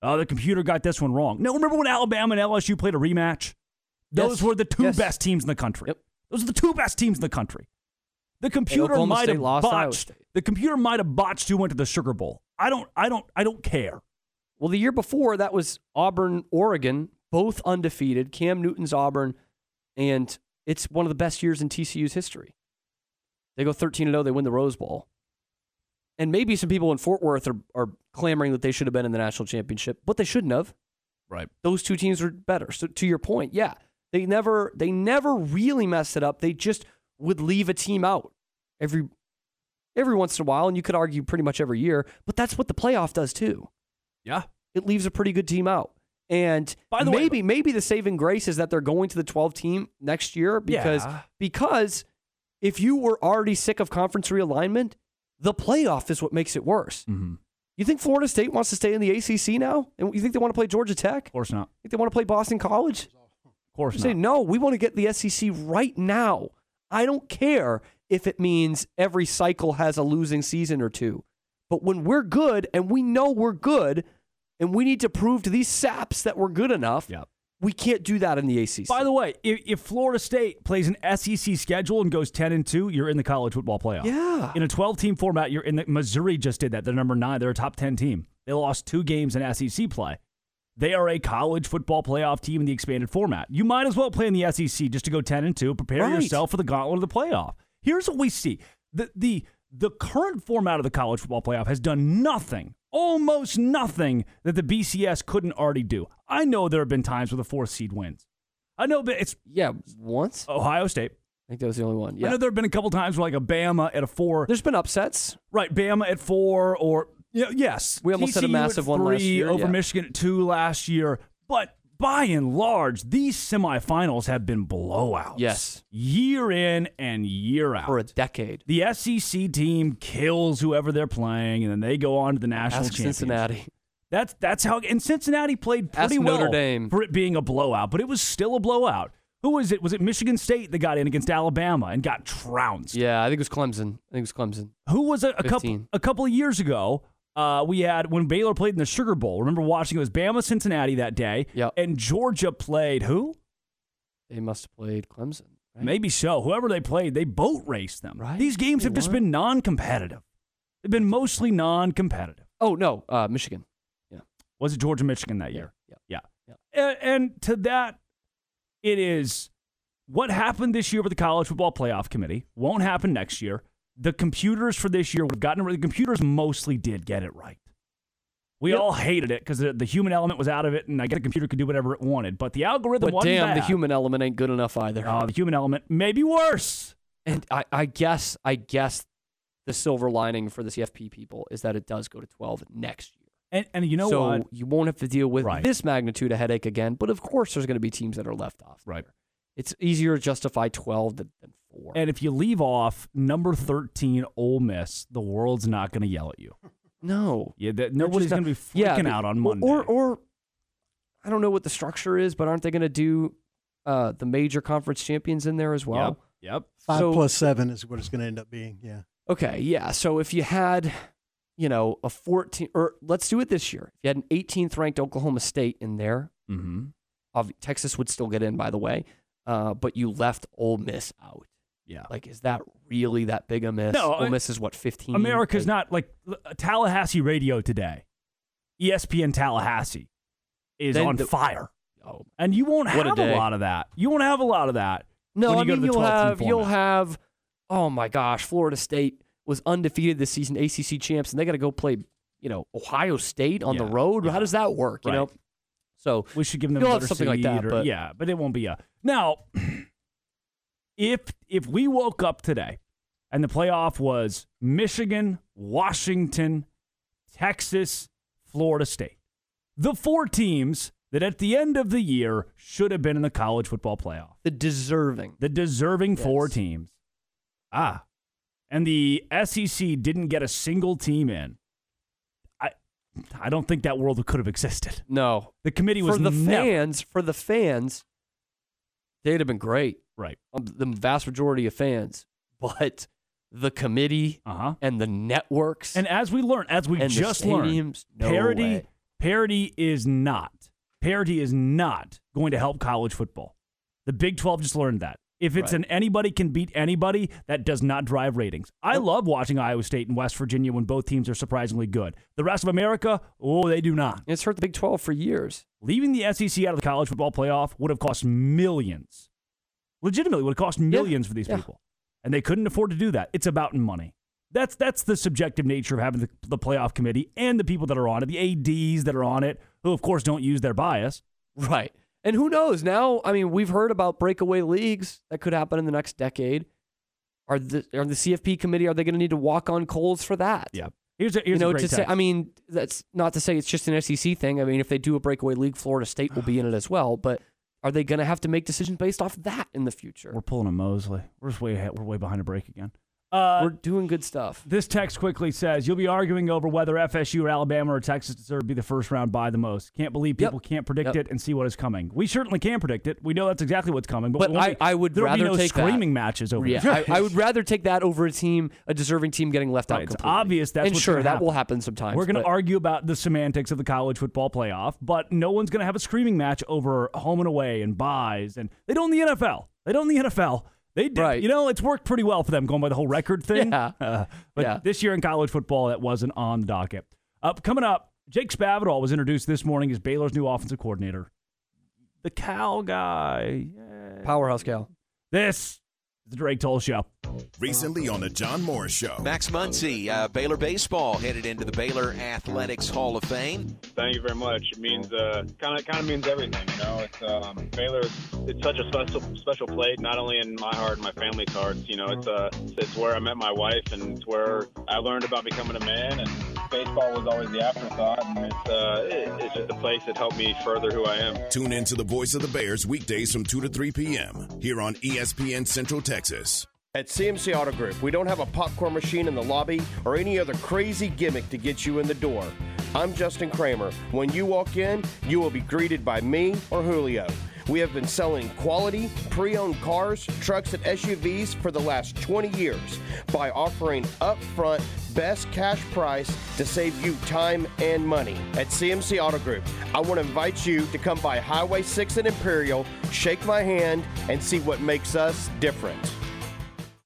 Oh, the computer got this one wrong. No, remember when Alabama and LSU played a rematch? Those Yes. were the two Yes. best teams in the country. Those are the two best teams in the country. The computer Oklahoma might State have lost to Iowa botched. State. The computer might have botched who went to the Sugar Bowl. I don't. I don't. I don't care. Well, the year before that was Auburn, Oregon, both undefeated. Cam Newton's Auburn, and it's one of the best years in TCU's history. They go 13 0, they win the Rose Bowl. And maybe some people in Fort Worth are, are clamoring that they should have been in the national championship, but they shouldn't have. Right. Those two teams were better. So to your point, yeah. They never they never really messed it up. They just would leave a team out every every once in a while, and you could argue pretty much every year, but that's what the playoff does too. Yeah. It leaves a pretty good team out. And By the way- maybe maybe the saving grace is that they're going to the 12 team next year because Yeah. because if you were already sick of conference realignment, the playoff is what makes it worse. Mm. You think Florida State wants to stay in the ACC now? And you think they want to play Georgia Tech? Of course not. You think they want to play Boston College? Of course Say no. We want to get the SEC right now. I don't care if it means every cycle has a losing season or two. But when we're good and we know we're good, and we need to prove to these saps that we're good enough, we can't do that in the ACC. By the way, if, if Florida State plays an SEC schedule and goes ten and two, you're in the college football playoff. Yeah. In a twelve team format, you're in the Missouri just did that. They're number nine. They're a top ten team. They lost two games in SEC play. They are a college football playoff team in the expanded format. You might as well play in the SEC E just to go ten and two. Prepare Right. yourself for the gauntlet of the playoff. Here's what we see: the the the current format of the college football playoff has done nothing, almost nothing that the BCS couldn't already do. I know there have been times where the fourth seed wins. I know, but it's yeah, once Ohio State. I think that was the only one. Yeah. I know there have been a couple times where like a Bama at a four. There's been upsets, right? Bama at four, or yeah, yes, We almost had a TCU at massive one last three year, over yeah. Michigan at two last year, but by and large, these semifinals have been blowouts. Yes. year in and year out for a decade. The SEC team kills whoever they're playing, and then they go on to the national Ask championship. Cincinnati. That's that's how. And Cincinnati played Ask pretty well Notre Dame. for it being a blowout, but it was still a blowout. Who was it? Was it Michigan State that got in against Alabama and got trounced? Yeah, I think it was Clemson. I think it was Clemson. Who was a, a couple 15. a couple of years ago? Uh, we had when Baylor played in the Sugar Bowl. Remember watching it was Bama Cincinnati that day. And Georgia played who? They must have played Clemson. Maybe so. Whoever they played, they boat raced them. Right. These games have just been non-competitive. They've been mostly non-competitive. Oh no, uh, Michigan. Yeah. Was it Georgia Michigan that year? Yeah. Yeah. And, and to that, it is what happened this year with the college football playoff committee won't happen next year. The computers for this year would have gotten it right. The computers mostly did get it right. We all hated it because the, the human element was out of it, and I guess the computer could do whatever it wanted. But the algorithm But wasn't damn, the bad. human element ain't good enough either. Oh, the human element may be worse. And I, I guess, I guess, the silver lining for the CFP people is that it does go to twelve next year. And, and you know so what? you won't have to deal with Right. this magnitude of headache again. But of course, there's going to be teams that are left off. Right. It's easier to justify twelve than, than four. And if you leave off number 13, Ole Miss, the world's not going to yell at you. No. Yeah, that, nobody's going to be freaking yeah, but- out on or- Monday. Or, or I don't know what the structure is, but aren't they going to do uh, the major conference champions in there as well? Yep. yep. Five So- plus seven is what it's going to end up being. Yeah. Okay, yeah. So if you had, you know, a 14, or let's do it this year. If you had an 18th ranked Oklahoma State in there, Mhm. obvi- Texas would still get in, by the way, uh, but you left Ole Miss out. Yeah. Like, is that really that big a miss? No, I- Ole Miss is what, 15? America's Like, not like l- Tallahassee radio today. E ESPN Tallahassee is Then on the- Oh. fire. and you won't What a have a, day. lot of that. You won't have a lot of that. No, when you I go mean to the you'll 12 team have you'll format. have. Oh my gosh, Florida State was undefeated this season, ACC champs, and they got to go play you know Ohio State on the road. How does that work? You know, Right. so we should give them you'll another have something like seed that. or- but yeah, but it won't be a now. If if we woke up today and the playoff was Michigan, Washington, Texas, Florida State, the four teams that at the end of the year should have been in the college football playoff, the deserving, the deserving four teams, ah, and the SEC didn't get a single team in. I I don't think that world could have existed. no, The committee was for the never- fans, for the fans, they'd have been great, right? Um, the vast majority of fans, but the committee Uh-huh. and the networks And as we learn, as we And the just learned, stadiums? No parity way. parity is not parity is not going to help college football. The Big Twelve just learned that. If it's Right. an anybody can beat anybody, that does not drive ratings. I love watching Iowa State and West Virginia when both teams are surprisingly good. The rest of America, oh, they do not. It's hurt the Big Twelve for years. Leaving the SEC out of the college football playoff would have cost millions. Legitimately, would have cost millions for these people, and they couldn't afford to do that. It's about money. That's that's the subjective nature of having the, the playoff committee and the people that are on it, the ads that are on it, who of course don't use their bias. Right. And who knows? Now, I mean, we've heard about breakaway leagues that could happen in the next decade. Are the are the CFP committee are they going to need to walk on coals for that? Yeah. Here's a you here's know, a great to say, text. I mean, that's not to say it's just an SEC thing. I mean, if they do a breakaway league, Florida State will be in it as well. But are they going to have to make decisions based off that in the future? we're pulling a Mosley. We're just way ahead, we're way behind a break again. we're doing good stuff. Uh, This text quickly says you'll be arguing over whether FSU or Alabama or Texas deserve to be the first round by the most. Can't believe people can't predict Yep. it and see what is coming. We certainly can predict it. We know that's exactly what's coming. But, But when I- we- I would there'll rather be no take that. screaming matches over. Yeah, this. I, I would rather take that over a team, a deserving team getting left out. It's completely. obvious that's and what's sure gonna that happen. will happen sometimes. We're going to but- argue about the semantics of the college football playoff, but no one's going to have a screaming match over home and away and buys, and they don't in the NFL. They don't in the NFL. They did, you know, it's worked pretty well for them going by the whole record thing. Uh, Yeah. but Yeah. this year in college football, that wasn't on the docket. Up coming up, Jake Spavital was introduced this morning as Baylor's new offensive coordinator. The Cal guy, powerhouse Cal. This The Drake Toll Show. Recently on the John Morris Show. Max Muncy, uh, Baylor baseball headed into the Baylor Athletics Hall of Fame. Thank you very much. It means kind of kind of means everything, you know. It's um, Baylor. It's such a special special place, not only in my heart and my family's hearts. You know, it's uh, it's where I met my wife, and it's where I learned about becoming a man. And baseball was always the afterthought, and it's uh, it, it's just a place that helped me further who I am. Tune in to the Voice of the Bears weekdays from 2 to 3 p.m. here on E ESPN Central Texas. At CMC Auto Group, we don't have a popcorn machine in the lobby or any other crazy gimmick to get you in the door. I'm Justin Kramer. When you walk in, you will be greeted by me or Julio. We have been selling quality, pre owned cars, trucks, and SUVs for the last 20 years by offering upfront best cash price to save you time and money. At CMC Auto Group, I want to invite you to come by Highway 6 and Imperial, shake my hand, and see what makes us different.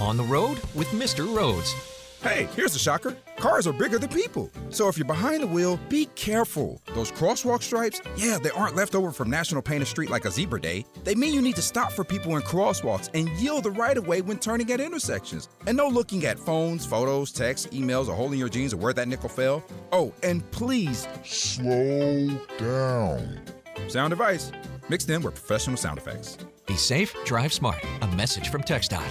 On the road with Mr. Rhodes. Hey, here's a shocker. Cars are bigger than people. So if you're behind the wheel, be careful. Those crosswalk stripes, yeah, they aren't left over from National Paint a Street like a zebra day. They mean you need to stop for people in crosswalks and yield the right of way when turning at intersections. And no looking at phones, photos, texts, emails, or holding your jeans or where that nickel fell. Oh, and please slow down. Sound advice mixed in with professional sound effects. Be safe, drive smart. A message from TxDOT.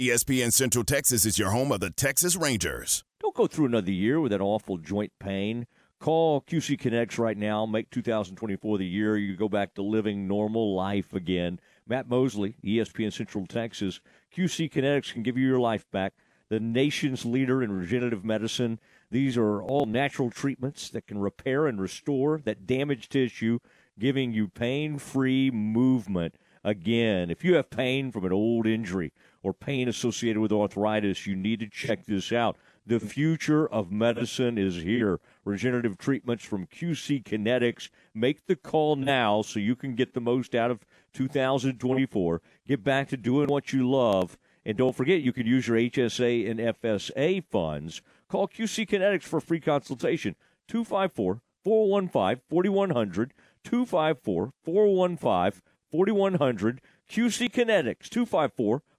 ESPN Central Texas is your home of the Texas Rangers. Don't go through another year with that awful joint pain. Call QC Connects right now. Make 2024 the year you go back to living normal life again. Matt Mosley, E ESPN Central Texas. QC Kinetics can give you your life back. The nation's leader in regenerative medicine. These are all natural treatments that can repair and restore that damaged tissue, giving you pain free movement again. If you have pain from an old injury, or pain associated with arthritis, you need to check this out. The future of medicine is here. Regenerative treatments from QC Kinetics. Make the call now so you can get the most out of 2024. Get back to doing what you love. And don't forget, you can use your HSA and FSA funds. Call QC Kinetics for a free consultation. 254 415 4100. 254 415 4100. QC Kinetics 254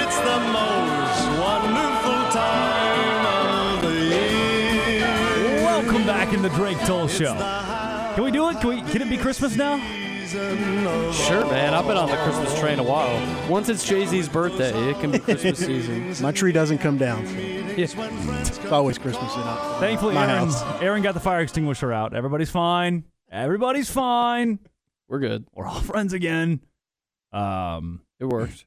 It's the most wonderful time the Drake Toll Show. Can we do it? Can, we, can it be Christmas now? Sure, man. I've been on the Christmas train a while. Once it's Jay Z's birthday, it can be Christmas season. Oh, My tree doesn't come down. so It's always Christmas in up. Thankfully, my Aaron, house. Aaron got the fire extinguisher out. Everybody's fine. Everybody's fine. We're good. We're all friends again. Um, it worked.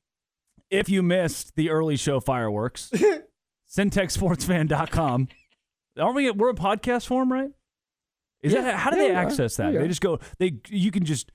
If you missed the early show fireworks, syntechsportsfan.com. Aren't we? We're a podcast form, right? Is Yeah, that how do yeah, they we are. access that? We They are. just go. They you can just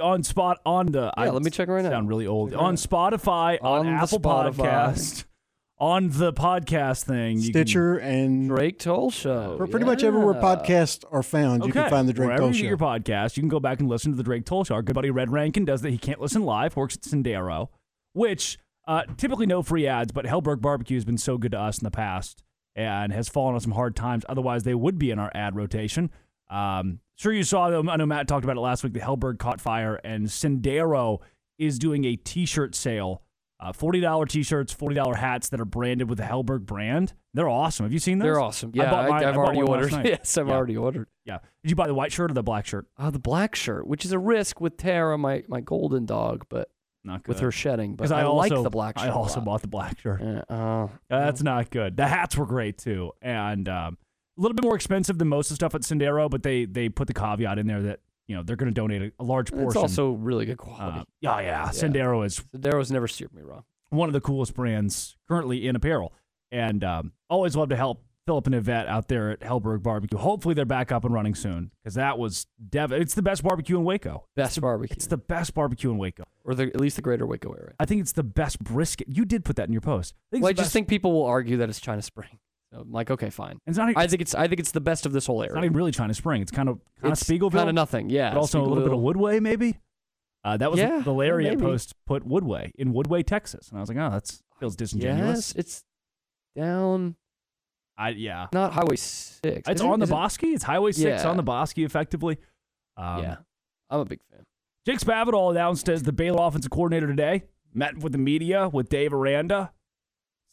on spot on the. Yeah, let me check right now. Sound really old Check right on now. Spotify on, the Apple Spotify. Podcast on the podcast thing. you can- Stitcher and Drake Toll Show. Pretty much everywhere podcasts are found, you can Okay. find the Drake Wherever Toll you get Show. your podcast, you can go back and listen to the Drake Toll Show. Our good buddy Red Rankin does that. He can't listen live. Works at Sendero, which uh, typically no free ads, but Hellberg Barbecue has been so good to us in the past and has fallen on some hard times. Otherwise, they would be in our ad rotation. Um, sure, you saw them. I know Matt talked about it last week. The Hellberg caught fire, and Sendero is doing a T-shirt sale. Uh, $40 t-shirts, $40 hats that are branded with the Hellberg brand. They're awesome. Have you seen those? They're awesome. Yeah, I have bought already one ordered. last night. Yes, I've Yeah. already ordered. Yeah. Did you buy the white shirt or Oh, the black shirt? Uh, the black shirt, which is a risk with Tara, my, my golden dog, but Not with good. her shedding. But 'Cause I, I like also- the black I shirt. a also lot. bought the black shirt. Uh, that's not good. The hats were great too, and um, a little bit more expensive than most of the stuff at Sendero, but they they put the caveat in there that you know they're going to donate a, a large And portion. It's also really good quality. Uh, yeah, yeah. Sendero is Sendero's never steered me wrong. one of the coolest brands currently in apparel. And um, always love to help Philip and Yvette out there at Hellberg Barbecue. Hopefully they're back up and running soon because that was dev. It's the best barbecue in Waco. Best barbecue. It's the best barbecue in Waco, or the, at least the greater Waco area. I think it's the best brisket. You did put that in your post. I think Well, I it's the just best- think people will argue that it's China Spring. So I'm like, okay, fine. It's not. I think it's. I think it's the best of this whole It's area. not even really China Spring. It's kind of kind It's of Spiegelville, kinda nothing, yeah, But also a little bit of Woodway, maybe. Uh, that was Yeah, the Lariat maybe. post put Woodway in Woodway, Texas, and I was like, oh, that feels yes, disingenuous. it's down. I yeah. Not Highway Six. It's Is it- on the is it- Bosky. It's Highway Six Yeah. on the Bosky, effectively. Um, yeah, I'm a big fan. Jake Spavital announced as the Baylor offensive coordinator today. Met with the media with Dave Aranda.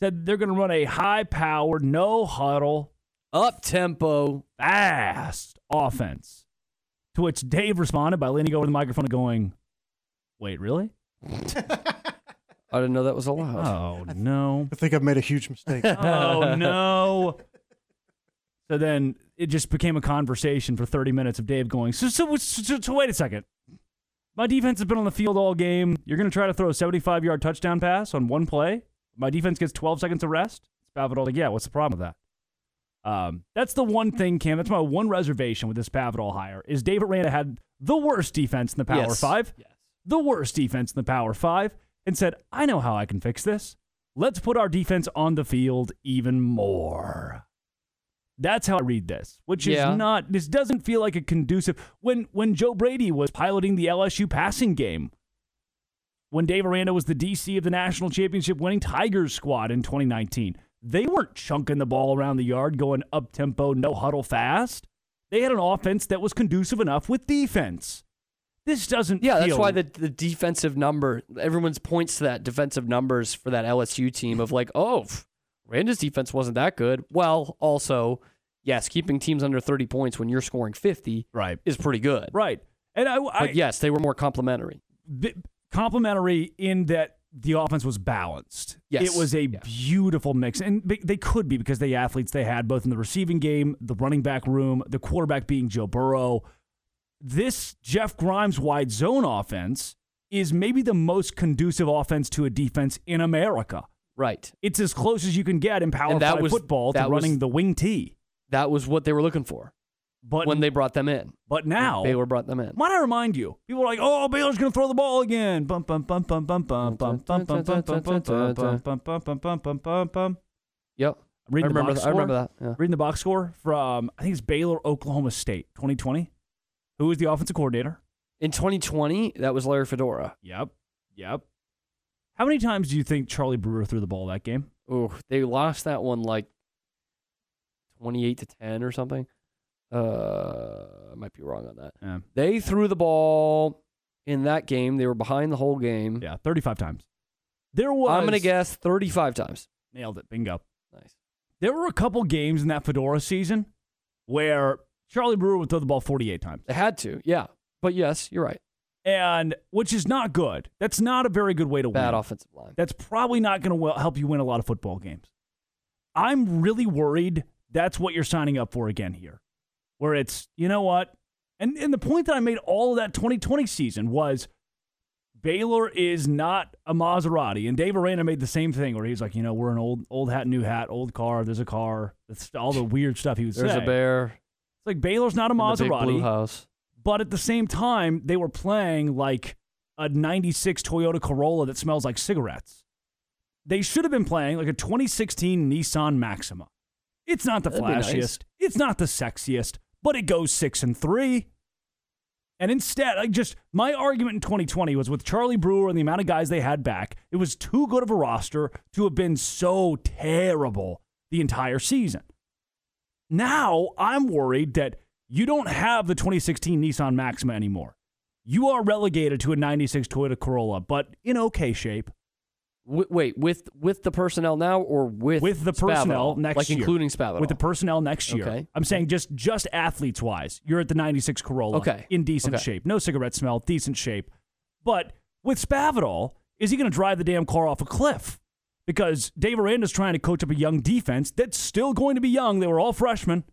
Said they're going to run a high-powered, no huddle, up-tempo, fast offense. To which Dave responded by leaning over the microphone and going, "Wait, really?" I didn't know that was allowed. Oh no! I think I've made a huge mistake. oh no. So then it just became a conversation for 30 minutes of Dave going, so, so, so, so wait a second. My defense has been on the field all game. You're going to try to throw a 75 yard touchdown pass on one play. My defense gets 12 seconds of rest. Spavital, like, yeah, what's the problem with that? Um, that's the one thing, Cam. That's my one reservation with this Pavidol hire is David Randa had the worst defense in the Power Yes. Five, the worst defense in the Power Five, and said, "I know how I can fix this. Let's put our defense on the field even more." That's how I read this, which Yeah. is not. This doesn't feel like a conducive. When when Joe Brady was piloting the LSU passing game, when Dave Aranda was the DC of the national championship winning Tigers squad in 2019. They weren't chunking the ball around the yard, going up tempo, no huddle fast. They had an offense that was conducive enough with defense. This doesn't. Yeah, that's feel- why the, the defensive number, everyone's points to that defensive numbers for that LSU team of like, oh, pff, Randa's defense wasn't that good. Well, also, yes, keeping teams under 30 points when you're scoring 50 right. is pretty good. Right. And I, I But yes, they were more complimentary. b- complimentary in that the offense was balanced. Yes. It was a beautiful mix. And b- they could be because the athletes they had, both in the receiving game, the running back room, the quarterback being Joe Burrow. This Jeff Grimes wide zone offense is maybe the most conducive offense to a defense in America. Right. It's as close as you can get in power And that five was- football to that was- running the wing tee. That was what they were looking for But when they brought them in. But now Baylor brought them in. Might I remind you, people are like, "Oh, Baylor's going to throw the ball again." Bum bum bum bum bum bum bum bum bum bum bum bum bum bum bum bum bum bum bum bum bum. Yep. Reading I the remember box that. I remember score- that, yeah. Reading the box score from I think it's Baylor Oklahoma State 2020. Who was the offensive coordinator? In 2020, that was Larry Fedora. Yep. Yep. How many times do you think Charlie Brewer threw the ball that game? Ooh, they lost that one like 28 to 10 or something. Uh, I might be wrong on that. Yeah. They threw the ball in that game. They were behind the whole game. Yeah, 35 times. There was I'm going to guess 35 times. Nailed it. Bingo. Nice. There were a couple games in that Fedora season where Charlie Brewer would throw the ball 48 times. They had to, yeah. But yes, you're right. And which is not good. That's not a very good way to Bad win. offensive line. That's probably not going to help you win a lot of football games. I'm really worried that's what you're signing up for again here, where it's, you know what? And, and the point that I made all of that 2020 season was Baylor is not a Maserati. And Dave Aranda made the same thing where he's like, you know, we're an old old hat, new hat, old car, there's a car. That's all the weird stuff he was There's a bear. It's like Baylor's not a in the big Maserati. blue house. But at the same time, they were playing like a 96 Toyota Corolla that smells like cigarettes. They should have been playing like a 2016 Nissan Maxima. It's not the That'd be nice. flashiest, it's not the sexiest, but it goes 6 and 3. And instead, I just my argument in 2020 was with Charlie Brewer and the amount of guys they had back, it was too good of a roster to have been so terrible the entire season. Now I'm worried that you don't have the 2016 Nissan Maxima anymore. You are relegated to a 96 Toyota Corolla, but in okay shape. W- wait, with with the personnel now or with with the personnel Spavital? next like year, including Spavital. with the personnel next year. Okay. I'm saying just just athletes wise, you're at the 96 Corolla, Okay. in decent Okay. shape, no cigarette smell, decent shape. But with Spavital, is he going to drive the damn car off a cliff? Because Dave Aranda's trying to coach up a young defense that's still going to be young. They were all freshmen,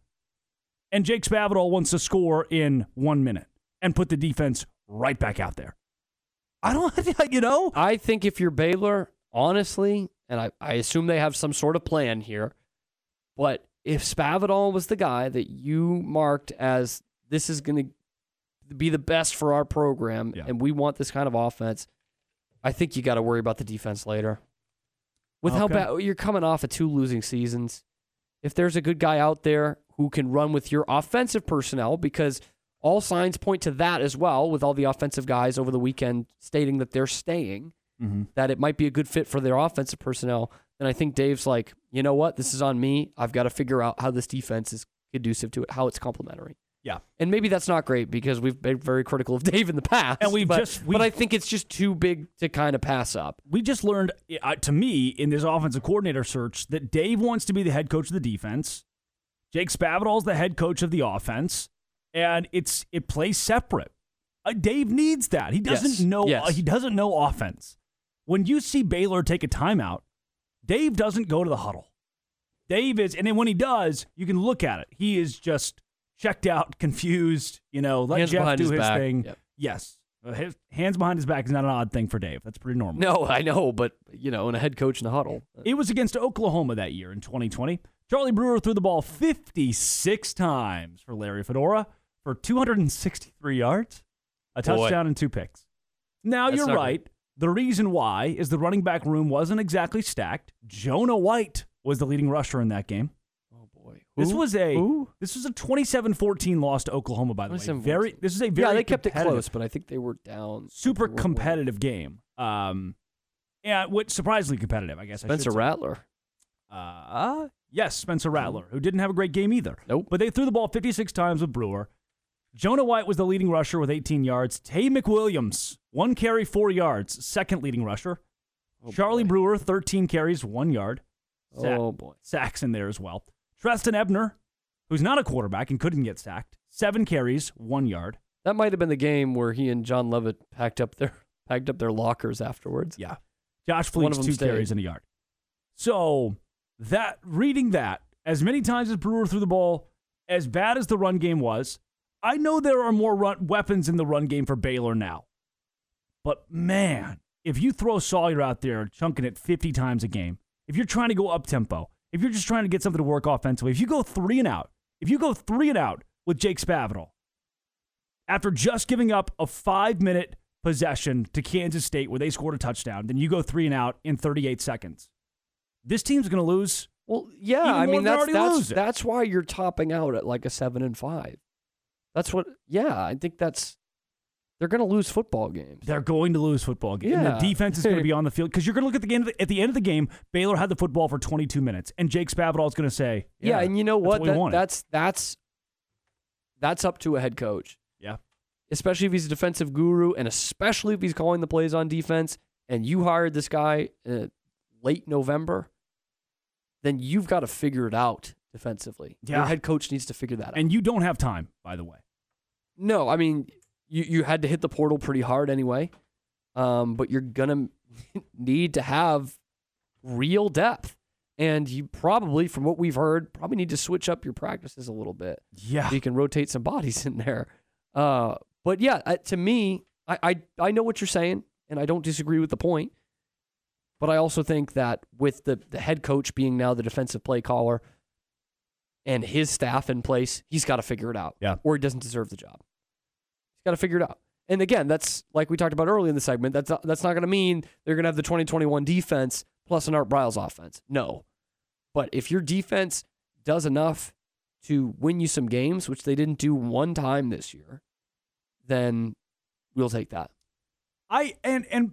and Jake Spavital wants to score in one minute and put the defense right back out there. I don't, you know. I think if you're Baylor, honestly, and I, I assume they have some sort of plan here, but if Spavital was the guy that you marked as this is going to be the best for our program and we want this kind of offense, I think you got to worry about the defense later. With how Okay. bad oh, you're coming off of two losing seasons, if there's a good guy out there who can run with your offensive personnel, because all signs point to that as well, with all the offensive guys over the weekend stating that they're staying, Mhm. that it might be a good fit for their offensive personnel. And I think Dave's like, you know what? This is on me. I've got to figure out how this defense is conducive to it, how it's complementary. Yeah. And maybe that's not great because we've been very critical of Dave in the past. And we've but, just- but I think it's just too big to kind of pass up. we just learned uh, to me in this offensive coordinator search that Dave wants to be the head coach of the defense. Jake Spavital is the head coach of the offense, and it's it plays separate. Uh, Dave needs that. He doesn't Yes. know Yes. uh, he doesn't know offense. When you see Baylor take a timeout, Dave doesn't go to the huddle. Dave is, and then when he does, you can look at it. He is just checked out, confused. You know, let Hands Jeff behind do his his, back. thing. Yep. Yes, Uh, his, hands behind his back is not an odd thing for Dave. That's pretty normal. No, I know, but you know, and a head coach in the huddle. It was against Oklahoma that year in 2020. Charlie Brewer threw the ball 56 times for Larry Fedora for 263 yards, a Boy. touchdown, and two picks. Now That's you're not good. right. The reason why is the running back room wasn't exactly stacked. Jonah White was the leading rusher in that game. Oh boy. This Who? was a Who? this was a 27-14 loss to Oklahoma by the way. 27-14. Very this is a very yeah, they kept it competitive- close, but I think they were down. super competitive game. Um yeah, which surprisingly competitive, I guess I should Spencer say. Rattler. Hmm. Uh, yes, Spencer Rattler, who didn't have a great game either. Nope. But they threw the ball 56 times with Brewer. Jonah White was the leading rusher with 18 yards. Tay McWilliams, one carry, four yards, second leading rusher. Charlie Brewer, 13 carries, one yard. Oh, boy. Sacks in there as well. Treston Ebner, who's not a quarterback and couldn't get sacked, seven carries, one yard. That might have been the game where he and John Levitt packed up their packed up their lockers afterwards. Yeah. Josh One Fleets, of two them carries stayed. and a yard. So that reading that as many times as Brewer threw the ball, as bad as the run game was, I know there are more run, weapons in the run game for Baylor now, but man, if you throw Sawyer out there chunking it 50 times a game, if you're trying to go up tempo, if you're just trying to get something to work offensively, if you go three and out, if you go three and out with Jake Spavital, after just giving up a five minute possession to Kansas State where they scored a touchdown, then you go three and out in 38 seconds. This team's going to lose. Well, Yeah, Even I more mean than they that's already that's, lose it. that's why you're topping out at like a seven and five. That's what. Yeah, I think that's they're going to lose football games. They're going to lose football games. And Yeah. the defense is going to be on the field because you're going to look at the game at the end of the game. Baylor had the football for 22 minutes, and Jake Spavital is going to say, Yeah, and you know what? That's we That- wanted." that's that's that's up to a head coach. Yeah. Especially if he's a defensive guru, and especially if he's calling the plays on defense, and you hired this guy uh, late November, then you've got to figure it out defensively. Yeah. Your head coach needs to figure that out. And you don't have time, by the way. No, I mean you you had to hit the portal pretty hard anyway, um, but you're gonna need to have real depth, and you probably, from what we've heard, probably need to switch up your practices a little bit. Yeah. so you can rotate some bodies in there. Uh, but yeah, uh, to me, I, I I know what you're saying, and I don't disagree with the point. But I also think that with the, the head coach being now the defensive play caller and his staff in place, he's got to figure it out. Yeah. Or he doesn't deserve the job. He's got to figure it out. And again, that's like we talked about earlier in the segment. That's not, that's not going to mean they're going to have the 2021 defense plus an Art Briles offense. No. But if your defense does enough to win you some games, which they didn't do one time this year, then we'll take that. I and and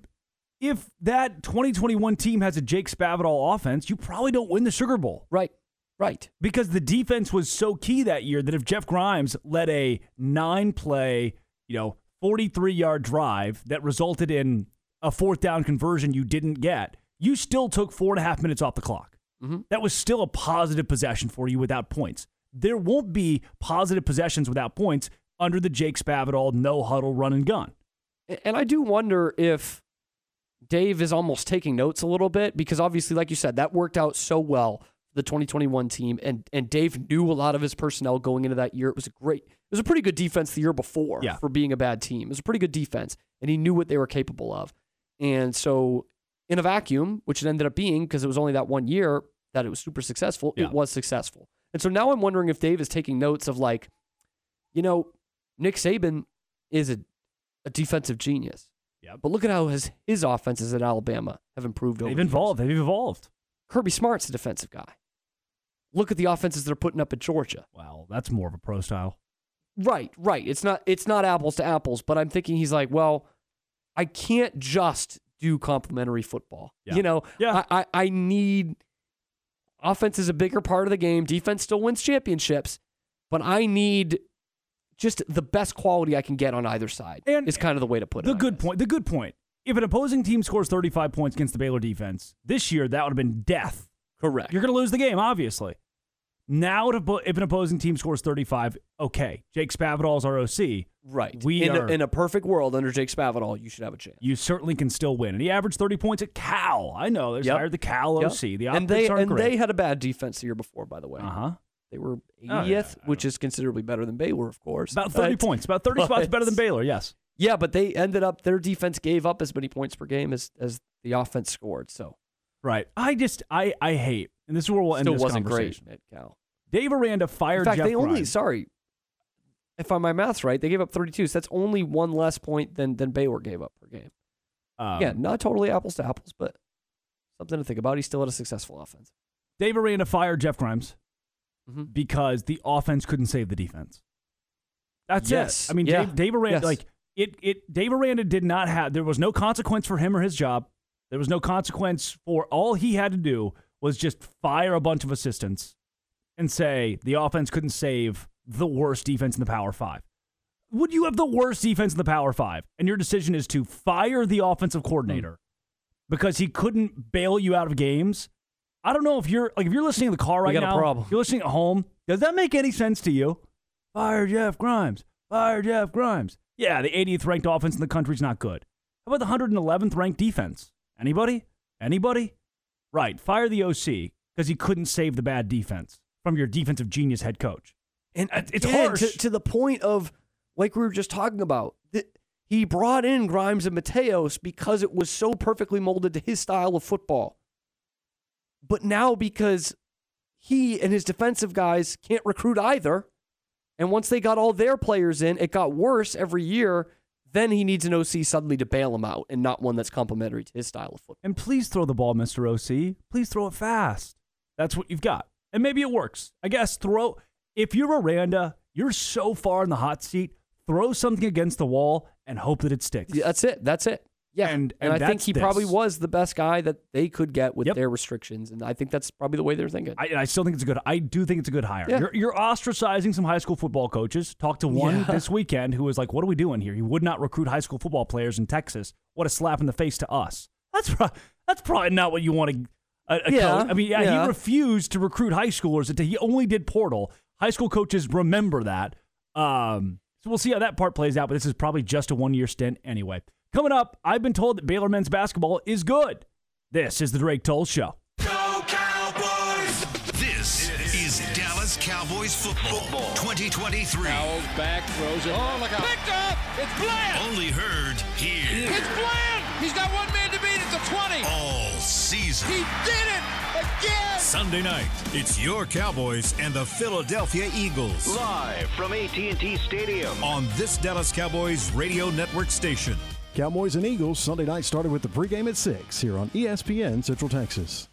if that 2021 team has a Jake Spavital offense, you probably don't win the Sugar Bowl. Right. Right. Because the defense was so key that year that if Jeff Grimes led a nine play, you know, 43 yard drive that resulted in a fourth down conversion you didn't get, you still took four and a half minutes off the clock. Mm-hmm. That was still a positive possession for you without points. There won't be positive possessions without points under the Jake Spavital no huddle run and gun. A- And I do wonder if Dave is almost taking notes a little bit because obviously, like you said, that worked out so well for the 2021 team, and and Dave knew a lot of his personnel going into that year. It was a great, it was a pretty good defense the year before Yeah. for being a bad team. It was a pretty good defense, and he knew what they were capable of. And so, in a vacuum, which it ended up being because it was only that one year that it was super successful, Yeah. it was successful. And so now I'm wondering if Dave is taking notes of like, you know, Nick Saban is a, a defensive genius. Yeah. But look at how his, his offenses at Alabama have improved over They've the years. evolved. They've evolved. Kirby Smart's a defensive guy. Look at the offenses they're putting up at Georgia. Wow, that's more of a pro style. Right, right. It's not it's not apples to apples, but I'm thinking he's like, well, I can't just do complimentary football. Yeah. You know, Yeah. I, I I need offense is a bigger part of the game. Defense still wins championships, but I need just the best quality I can get on either side. And- is kind of the way to put it. The good point. The good point. If an opposing team scores 35 points against the Baylor defense this year, that would have been death. Correct. You're going to lose the game, obviously. Now, if a- if an opposing team scores 35, okay, Jake Spavital's our OC. Right. We in, are. a, in a perfect world under Jake Spavital, you should have a chance. you certainly can still win. And he averaged 30 points at Cal. I know. There's Yep. hired the Cal Yep. OC. The and optics they aren't and great. they had a bad defense the year before, by the way. Uh huh. They were 80th, yeah, which is considerably better than Baylor, of course. About 30 But- points. About 30 spots but- better than Baylor, yes. Yeah, but they ended up their defense gave up as many points per game as as the offense scored. So Right. I just, I, I hate, and this is where we'll end still this wasn't great conversation. at Cal. Dave Aranda fired In fact, Jeff they only Grimes. sorry. If I my math's right, they gave up 32. So that's only one less point than than Baylor gave up per game. Um, yeah, not totally apples to apples, but something to think about. He still had a successful offense. Dave Aranda fired Jeff Grimes Mm-hmm. because the offense couldn't save the defense. That's Yes. it. I mean, Yeah. Dave, Dave Aranda, Yes. like it, it. Dave Aranda did not have. There was no consequence for him or his job. There was no consequence for all he had to do was just fire a bunch of assistants and say the offense couldn't save the worst defense in the Power Five. Would you have the worst defense in the Power Five, and your decision is to fire the offensive Hmm. coordinator because he couldn't bail you out of games? I don't know if you're like if you're listening in the car We right got a now. problem. You're listening at home. Does that make any sense to you? Fire Jeff Grimes. Fire Jeff Grimes. Yeah, the 80th ranked offense in the country's not good. How about the 111th ranked defense? Anybody? Anybody? Right. Fire the OC because he couldn't save the bad defense from your defensive genius head coach. And it's again, harsh. to, to the point of like we were just talking about. th- he brought in Grimes and Mateos because it was so perfectly molded to his style of football. But now because he and his defensive guys can't recruit either, and once they got all their players in, it got worse every year. Then he needs an OC suddenly to bail him out, and not one that's complimentary to his style of football. And please throw the ball, Mr. OC. Please throw it fast. That's what you've got. And maybe it works. I guess throw if you're Aranda, you're so far in the hot seat, throw something against the wall and hope that it sticks. Yeah, that's it. That's it. Yeah, And and, I think that's he probably this. was the best guy that they could get with their restrictions, and I think that's probably the way they're thinking. I, and I still think it's a good. I do think it's a good hire. Yeah. You're, you're ostracizing some high school football coaches. Talked to one Yeah. this weekend who was like, "What are we doing here? He would not recruit high school football players in Texas. What a slap in the face to us." That's pro- that's probably not what you want to. A, a Yeah, coach. I mean, yeah, yeah. he refused to recruit high schoolers. Until he only did portal. High school coaches remember that. Um, so we'll see how that part plays out. But this is probably just a one-year stint anyway. Coming up, I've been told that Baylor men's basketball is good. This is the Drake Toll Show. This is Dallas Cowboys football, 2023. Cowls back, throws it. Oh, look out. Oh, Picked up. It's Bland. Only heard here. It's Bland. He's got one man to beat at the 20. All season. He did it again. Sunday night, it's your Cowboys and the Philadelphia Eagles. Live from AT&T Stadium. On this Dallas Cowboys radio network station. Cowboys and Eagles Sunday night started with the pregame at 6 here on E ESPN Central Texas.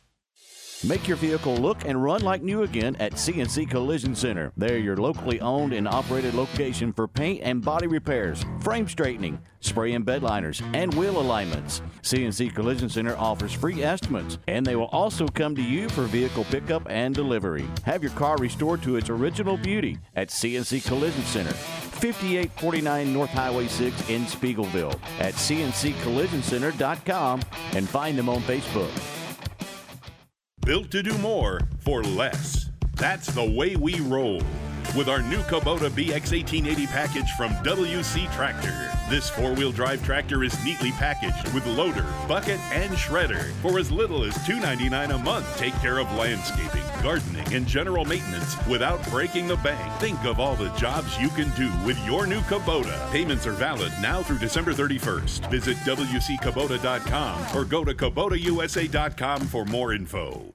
Make your vehicle look and run like new again at CNC Collision Center. They're your locally owned and operated location for paint and body repairs, frame straightening, spray and bed liners, and wheel alignments. CNC Collision Center offers free estimates, and they will also come to you for vehicle pickup and delivery. Have your car restored to its original beauty at CNC Collision Center. 5849 North Highway 6 in Spiegelville at cnccollisioncenter.com and find them on Facebook. Built to do more for less. That's the way we roll. With our new Kubota BX1880 package from WC Tractor. This four wheel drive tractor is neatly packaged with loader, bucket, and shredder for as little as $2.99 a month. Take care of landscaping, gardening, and general maintenance without breaking the bank. Think of all the jobs you can do with your new Kubota. Payments are valid now through December 31st. Visit WCKubota.com or go to KubotaUSA.com for more info.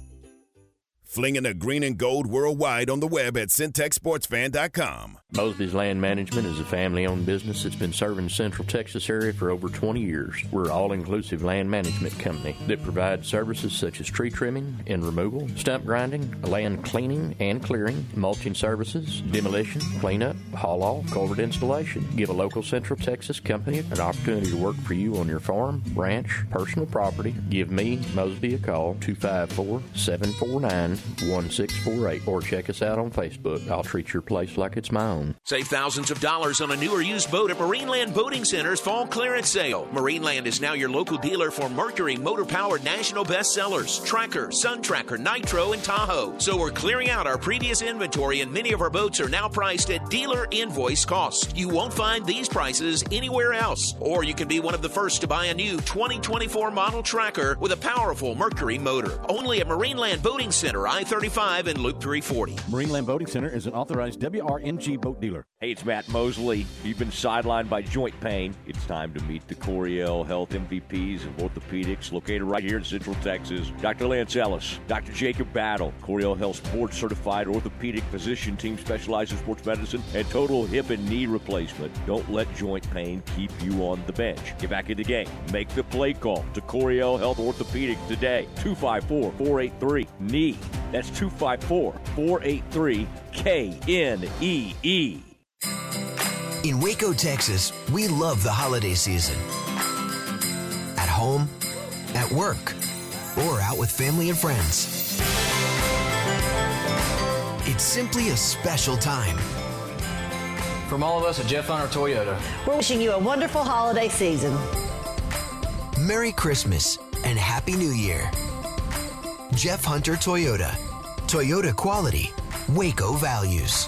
Flinging the green and gold worldwide on the web at syntechsportsfan.com. Mosby's Land Management is a family owned business that's been serving the Central Texas area for over 20 years. We're an all inclusive land management company that provides services such as tree trimming and removal, stump grinding, land cleaning and clearing, mulching services, demolition, cleanup, haul off, culvert installation. Give a local Central Texas company an opportunity to work for you on your farm, ranch, personal property. Give me, Mosby, a call 254 749 1648 or check us out on Facebook. I'll treat your place like it's my own. Save thousands of dollars on a new or used boat at Marineland Boating Center's fall clearance sale. Marineland is now your local dealer for Mercury motor powered national bestsellers Tracker, Sun Tracker, Nitro, and Tahoe. So we're clearing out our previous inventory, and many of our boats are now priced at dealer invoice cost. You won't find these prices anywhere else. Or you can be one of the first to buy a new 2024 model Tracker with a powerful Mercury motor. Only at Marineland Boating Center, I 35 and Loop 340. Marineland Boating Center is an authorized WRNG boat dealer. Hey, it's Matt Mosley. You've been sidelined by joint pain. It's time to meet the Coriel Health MVPs of orthopedics located right here in Central Texas. Dr. Lance Ellis, Dr. Jacob Battle, Coriel Health's board certified orthopedic physician team specializes in sports medicine and total hip and knee replacement. Don't let joint pain keep you on the bench. Get back in the game. Make the play call to Coriel Health Orthopedic today. 254 483 knee. E. That's 254 483 K N E E. In Waco, Texas, we love the holiday season. At home, at work, or out with family and friends. It's simply a special time. From all of us at Jeff Hunter Toyota. We're wishing you a wonderful holiday season. Merry Christmas and Happy New Year. Jeff Hunter Toyota. Toyota quality, Waco values.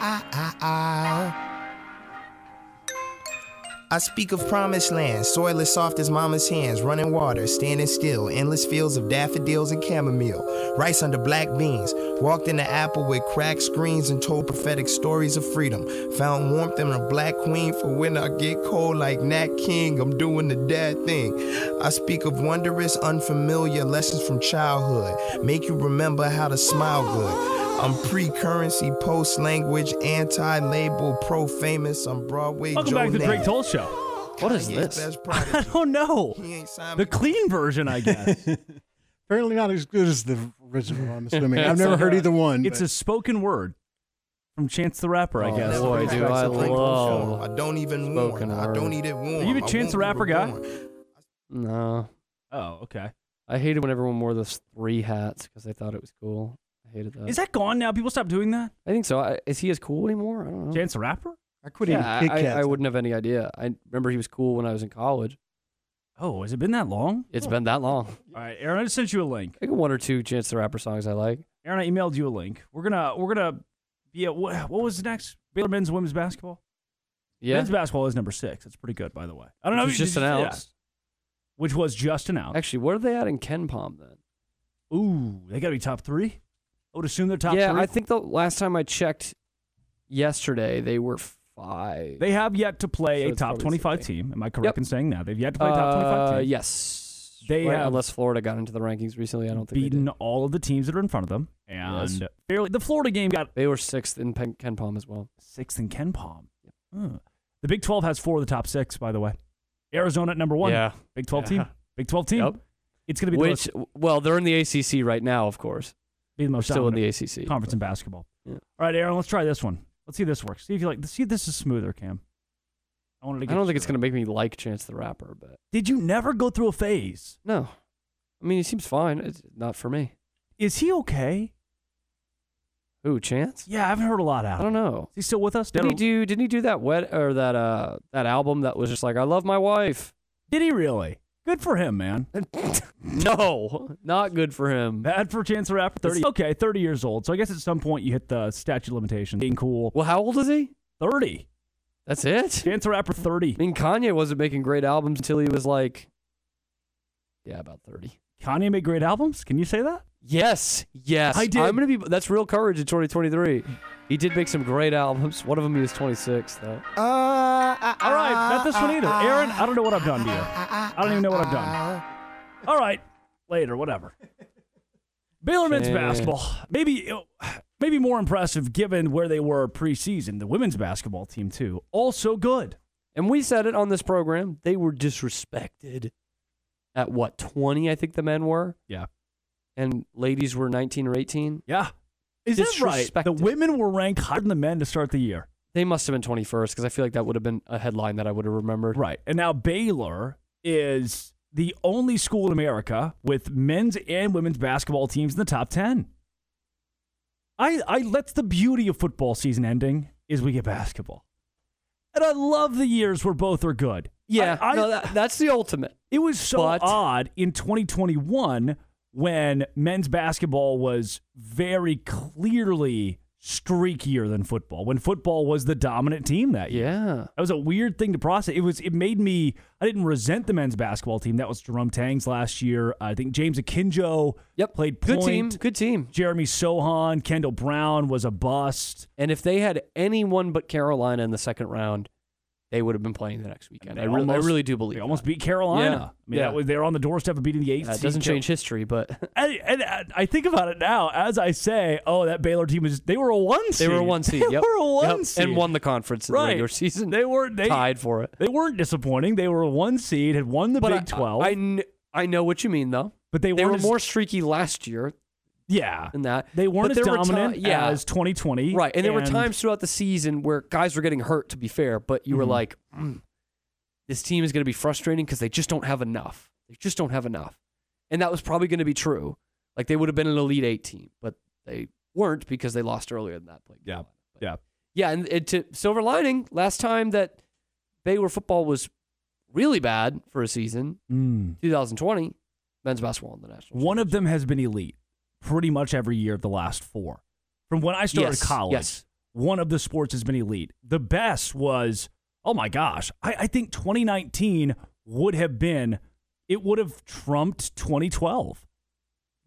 ah, ah, ah. I speak of promised land, soil as soft as mama's hands, running water, standing still, endless fields of daffodils and chamomile, rice under black beans, walked in the apple with cracked screens and told prophetic stories of freedom, found warmth in a black queen for when I get cold like Nat King, I'm doing the dad thing. I speak of wondrous, unfamiliar lessons from childhood, make you remember how to smile good. I'm pre currency, post language, anti label, pro famous. I'm Broadway. Welcome Joe back to the Namath. Drake Toll Show. What is this? I don't know. The clean version, I guess. Apparently not as good as the original. I'm assuming I've never heard either one. It's a spoken word from Chance the Rapper, I Oh, guess. never expect something from Oh, I I don't even warm. I don't need it warm. Are you I a Chance won't the be Rapper guy? reborn. No. Oh, okay. I hated when everyone wore those three hats because I thought it was cool. I hated that. Is that gone now? People stop doing that? I think so. I, is he as cool anymore? I don't know. Chance the Rapper? I quit eating yeah, Kit I, I, I Kats. wouldn't have any idea. I remember he was cool when I was in college. Oh, has it been that long? It's been that long. All right, Aaron, I just sent you a link. I think one or two Chance the Rapper songs I like. Aaron, I emailed you a link. We're gonna we're gonna yeah. What, what was next? Baylor men's and women's basketball. Yeah. men's basketball is number six. It's pretty good, by the way. I don't know. Which was if you- just did you- yeah. announced. Which was just announced. Actually, what are they at in Ken Palm then? Ooh, they got to be top three. I would assume they're top yeah, three. I think the last time I checked yesterday, they were five. they have yet to play So a it's top probably twenty-five team. Am I correct in saying that they've yet to play a top twenty-five Uh, team? yes. They Right, have unless Florida got into the rankings recently, I don't think beaten all of the teams that are in front of them, and Yes. fairly. The Florida game got they were sixth in Pen- Ken Palm as well. Sixth in Ken Palm. Huh. The Big 12 has four of the top six, by the way. Arizona at number one. Yeah. Big 12 Yeah. team. Big 12 team. It's going to be the Which, most, well, they're in the ACC right now, of course. be the most still in the dominant ACC. conference in basketball. All right, Aaron, let's try this one. Let's see if this works. See if you like. See if this is smoother, Cam. I wanted to. I Get don't think it's going to make me like Chance the Rapper, but Did you never go through a phase? no. I mean, he seems fine. It's not for me. Is he okay? Ooh, Chance? Yeah, I haven't heard a lot out. I don't know. Is he still with us? Did he do? Didn't he do that wet or that uh that album that was just like I love my wife? Did he really? Good for him, man. no, not good for him. Bad for Chance the Rapper. Thirty. Okay, thirty years old. So I guess at some point you hit the statute of limitations. Being cool. Well, how old is he? Thirty. That's it. Chance the Rapper thirty. I mean, Kanye wasn't making great albums until he was like, yeah, about thirty. Kanye made great albums. Can you say that? Yes, yes. I did. I'm gonna be. That's real courage in 2023. He did make some great albums. One of them he was 26 though. All right, uh, not this one either. Aaron, I don't know what I've done to you. I don't even know what I've done. All right, later, whatever. Baylor men's Okay. basketball, maybe, maybe more impressive given where they were preseason. The women's basketball team too, also good. And we said it on this program. They were disrespected at what 20? I think the men were, Yeah, and ladies were 19 or 18. yeah. Is this right? The Disrespected. women were ranked higher than the men to start the year, They must have been 21st because I feel like that would have been a headline that I would have remembered. right? And now Baylor is the only school in America with men's and women's basketball teams in the top ten. I, I that's the beauty of football season ending is we get basketball, and I love the years where both are good. Yeah, I- I- no, that, that's the ultimate. It was so But- odd in 2021 when men's basketball was very clearly streakier than football. When football was the dominant team that year. Yeah. That was a weird thing to process. It was it made me I didn't resent the men's basketball team. That was Jerome Tangs last year. I think James Akinjo yep. played Good point. team, Good team. Jeremy Sohan, Kendall Brown was a bust. And if they had anyone but Carolina in the second round, they would have been playing the next weekend. I really, I almost- really do believe. They almost beat Carolina. Yeah. I mean, Yeah. that was, they were on the doorstep of beating the eighth. Yeah, it seed. doesn't Carol- change history, but And, and, and I think about it now as I say, oh, that Baylor team was they were a one seed. they were a one seed. They Yep. were a one Yep. seed and won the conference in the Right. regular season. They were they, tied for it. They weren't disappointing. They were a one seed, had won the But Big I- Twelve. I, kn- I know what you mean though. But they they weren't were as- more streaky last year yeah, than that. they weren't But as there were ti- dominant yeah. as 2020. Right. And there were times throughout the season where guys were getting hurt, to be fair, but you were Mhm. like, "Mm, this team is going to be frustrating because they just don't have enough. They just don't have enough. And that was probably going to be true. Like they would have been an Elite Eight team, but they weren't because they lost earlier than that play. Yeah. Yeah. Yeah. And, and to silver lining, last time that Baylor football was really bad for a season, Mm. 2020, men's basketball won the national. One of them has been elite pretty much every year of the last four. From when I started Yes, college, yes. one of the sports has been elite. The best was Oh my gosh. I, I think 2019 would have been, it would have trumped 2012.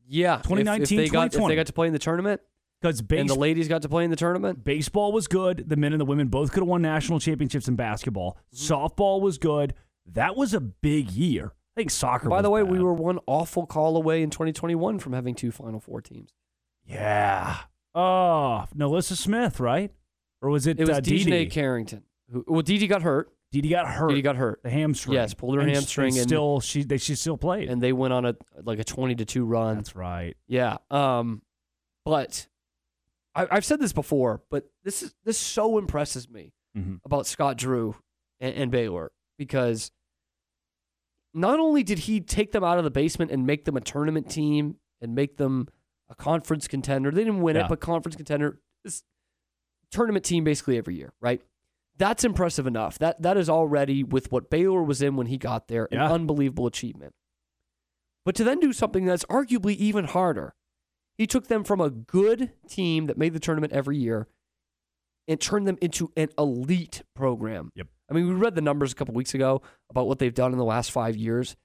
Yeah. if, 2019, if they got, If 2020. they got to play in the tournament. Because And the base- ladies got to play in the tournament. Baseball was good. The men and the women both could have won national championships in basketball. Mm-hmm. Softball was good. That was a big year. I think soccer By was the way, we were one awful call away in 2021 from having two Final Four teams. Yeah. Oh, Melissa Smith, right? Or was it, It was uh, DJ Didi? Carrington. Who, well, DD got hurt. DD got hurt. DD got hurt. The hamstring. Yes, pulled her And s- hamstring, and and still she they she still played. And they went on a like a 20 to two run. That's right. Yeah. Um, but I, I've said this before, but this is this so impresses me Mhm. about Scott Drew and, and Baylor because not only did he take them out of the basement and make them a tournament team and make them a conference contender, they didn't win Yeah. it, but conference contender, this tournament team basically every year, right? That's impressive enough. That that is already with what Baylor was in when he got there, an Yeah. unbelievable achievement. But to then do something that's arguably even harder, he took them from a good team that made the tournament every year and turned them into an elite program. Yep. I mean, we read the numbers a couple weeks ago about what they've done in the last five years,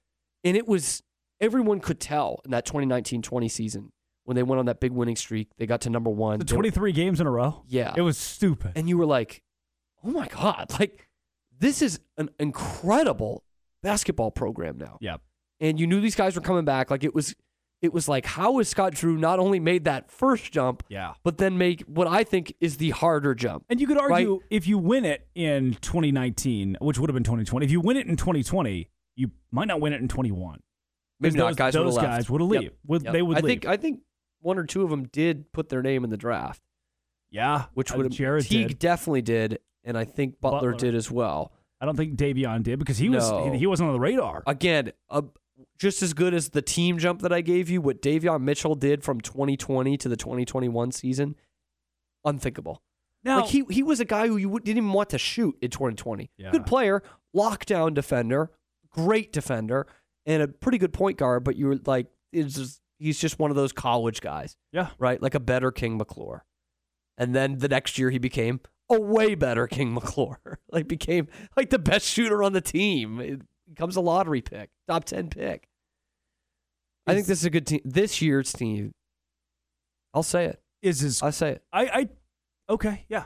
and it was everyone could tell in that 2019-20 season when they went on that big winning streak. They got to number one. The They were- 23 games in a row. yeah. It was stupid. And you were like, oh my God, like this is an incredible basketball program now. Yep. And you knew these guys were coming back. Like it was it was like, how is Scott Drew not only made that first jump, Yeah. but then make what I think is the harder jump. And you could right? argue if you win it in 2019, which would have been 2020, if you win it in 2020, you might not win it in 21. 'Cause Maybe not. those, Guys would've those left. guys would have Yep. leave. Would- Yep. They would I leave. think I think one or two of them did put their name in the draft. Yeah, Which uh, would Jared Teague did. definitely did, and I think Butler, Butler. did as well. I don't think Davion did because he No. was he, he wasn't on the radar. Again, a, just as good as the team jump that I gave you, what Davion Mitchell did from 2020 to the 2021 season, unthinkable. Now- like he he was a guy who you would- didn't even want to shoot in 2020. Good player, lockdown defender, great defender, and a pretty good point guard. But you were like, it's just, he's just one of those college guys. Yeah. right, like a better King McClure. And then the next year he became a way better King McClure. like became like the best shooter on the team. It becomes a lottery pick, top ten pick. I think this is a good team. This year's team, I'll say it. Is his I say it. I I okay yeah.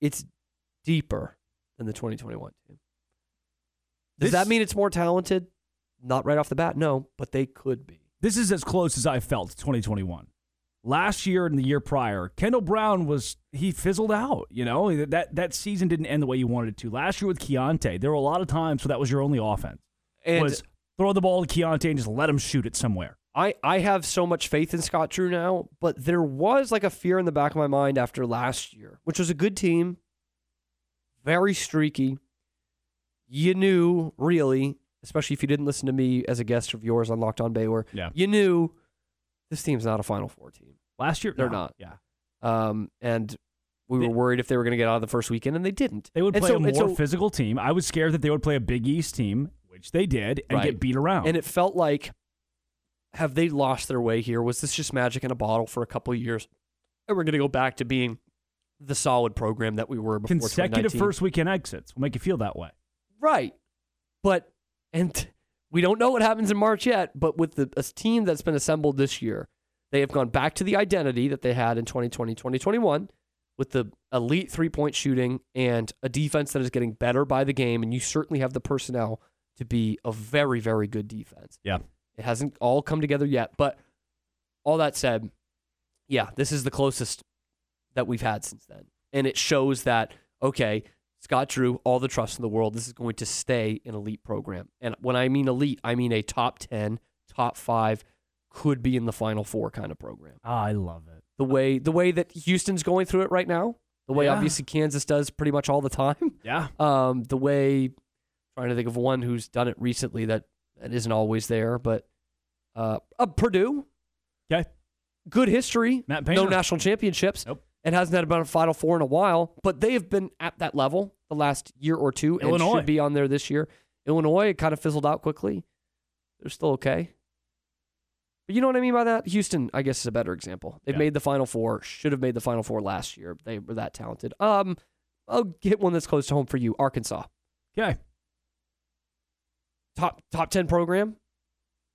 It's deeper than the 2021 team. Does that mean it's more talented? Not right off the bat, no, but they could be. This is as close as I felt to 2021. Last year and the year prior, Kendall Brown was he fizzled out. You know that that season didn't end the way you wanted it to. Last year with Keontae, there were a lot of times where that was your only offense And- was throw the ball to Keontae and just let him shoot it somewhere. I, I have so much faith in Scott Drew now, but there was like a fear in the back of my mind after last year, which was a good team, very streaky. You knew, really, especially if you didn't listen to me as a guest of yours on Locked On Baylor, Yeah. you knew this team's not a Final Four team. Last year They're no, not. Yeah, Um, and we were worried if they were going to get out of the first weekend, and they didn't. they would And play so- a and more so- physical team. I was scared that they would play a Big East team, which they did, and Right. get beat around. And it felt like, have they lost their way here? Was this just magic in a bottle for a couple of years? And we're going to go back to being the solid program that we were before consecutive 2019? first weekend exits will make you feel that way. Right. But, and we don't know what happens in March yet, but with the a team that's been assembled this year, they have gone back to the identity that they had in 2020, 2021 with the elite three point shooting and a defense that is getting better by the game. And you certainly have the personnel to be a very, very good defense. Yeah. It hasn't all come together yet. But all that said, yeah, this is the closest that we've had since then. And it shows that, okay, Scott Drew, all the trust in the world, this is going to stay an elite program. And when I mean elite, I mean a top 10, top five, could be in the final four kind of program. Ah, I love it. The way the way that Houston's going through it right now, the way Yeah. obviously Kansas does pretty much all the time. Yeah. Um, the way trying to think of one who's done it recently that, that isn't always there, but uh, uh Purdue. Okay. Good history. Matt no Painter. national championships. And hasn't had about a Final Four in a while, but they have been at that level the last year or two. And Illinois. should be on there this year. Illinois it kind of fizzled out quickly. They're still okay. But you know what I mean by that? Houston, I guess, is a better example. They've Yeah. made the Final Four, should have made the Final Four last year. They were that talented. Um, I'll get one that's close to home for you, Arkansas. Okay. Top top ten program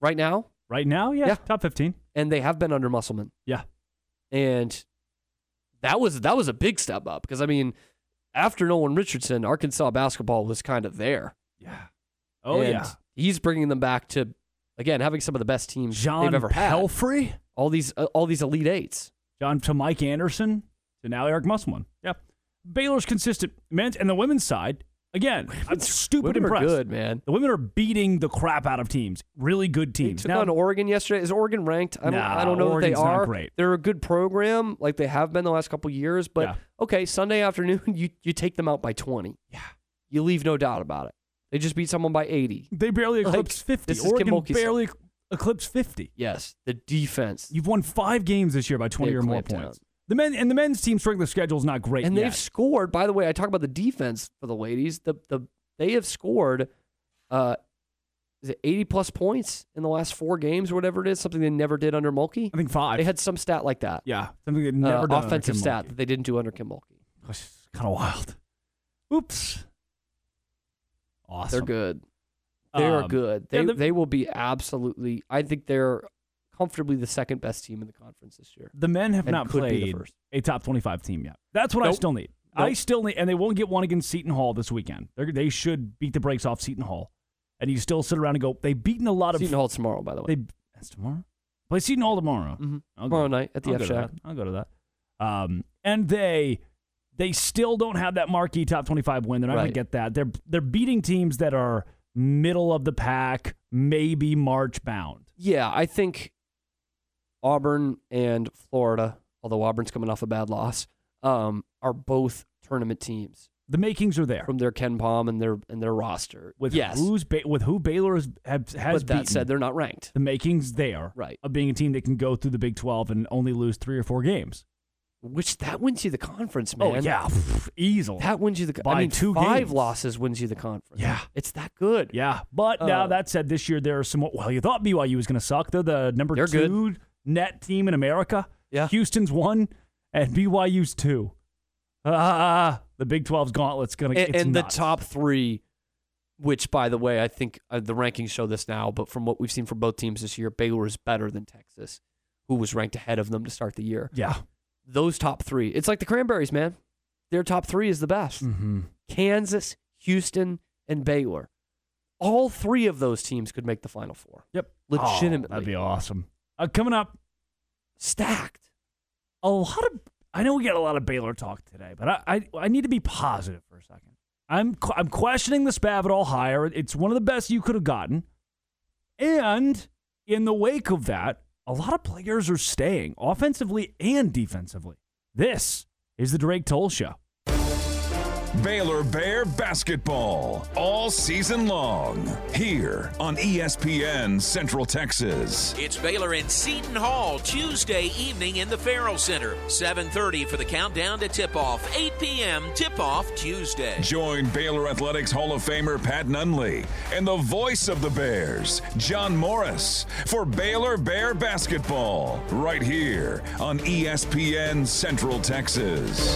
right now. Right now, yeah, top fifteen. And they have been under Musselman. Yeah. And that was that was a big step up because I mean, after Nolan Richardson, Arkansas basketball was kind of there. Yeah. Oh, And yeah. He's bringing them back to again having some of the best teams John they've ever had. Pelfrey? All these uh, all these elite eights. John to Mike Anderson to now Eric Musselman. Yeah. Baylor's consistent men's and the women's side. Again, I'm stupid women are impressed. good, man. The women are beating the crap out of teams. Really good teams. Took on Oregon yesterday. Is Oregon ranked? I don't, Nah, I don't know Oregon's that they not are. great. They're a good program, like they have been the last couple years. But Yeah. okay, Sunday afternoon, you you take them out by twenty. Yeah, you leave no doubt about it. They just beat someone by eighty. They barely Like, eclipsed 50. This Oregon is Kim Mulkey stuff. barely eclipsed 50. Yes, the defense. You've won five games this year by 20 They or more clamped down. points. The men and the men's team strength of schedule is not great. and yet. they've scored. By the way, I talk about the defense for the ladies. The the they have scored, uh, is it eighty plus points in the last four games or whatever it is? Something they never did under Mulkey. I think five. They had some stat like that. Yeah, something they've never uh, done under offensive Kim stat that they didn't do under Kim Mulkey. It's kind of wild. Oops. Awesome. They're good. They are Um, good. They yeah, the- they will be absolutely. I think they're comfortably the second best team in the conference this year. The men have And not could be the played first. a top 25 team yet. That's what I Nope. still need. I Nope. still need, and they won't get one against Seton Hall this weekend. They're, they should beat the brakes off Seton Hall. And you still sit around and go, they've beaten a lot of. Seton Hall tomorrow, by the way. Mm-hmm. They, that's tomorrow? Play Seton Hall tomorrow. I'll Tomorrow go. night at the I'll F go to Shack. that. I'll go to that. Um, and they they still don't have that marquee top 25 win. They're not going Right. to get that. They're they're beating teams that are middle of the pack, maybe March bound. Yeah, I think Auburn and Florida, although Auburn's coming off a bad loss, um, are both tournament teams. The makings are there from their Ken Palm and their and their roster. With yes, who's ba- with who Baylor has has but that beaten. said, they're not ranked. the makings there right. of being a team that can go through the Big 12 and only lose three or four games. Which that wins you the conference, Oh man. yeah, easily. That wins you the. By I mean, two five games. losses wins you the conference. Yeah. it's that good. Yeah, but now Uh, that said, this year there are some. Well, you thought BYU was going to suck. They're the number They're good. two net team in America. Yeah, Houston's one and BYU's two. Ah, the Big 12's gauntlet's going to. and, and the top three, which by the way, I think uh, the rankings show this now, but from what we've seen from both teams this year, Baylor is better than Texas, who was ranked ahead of them to start the year. Yeah. those top three. It's like the Cranberries, man. Their top three is the best: Mm-hmm. Kansas, Houston, and Baylor. All three of those teams could make the Final Four. Yep, Oh, legitimately. that'd be awesome. Uh, coming up, stacked. A lot of. I know we got a lot of Baylor talk today, but I I, I need to be positive for a second. I'm qu- I'm questioning the Spavital hire. It's one of the best you could have gotten, and in the wake of that, a lot of players are staying offensively and defensively. This is the Drake Toll Show. Baylor Bear basketball all season long here on E ESPN Central Texas. It's Baylor and Seton Hall Tuesday evening in the Farrell Center. 7:30 for the countdown to tip-off. 8 p.m. tip-off Tuesday. Join Baylor Athletics Hall of Famer Pat Nunley and the voice of the Bears, John Morris, for Baylor Bear basketball right here on E ESPN Central Texas.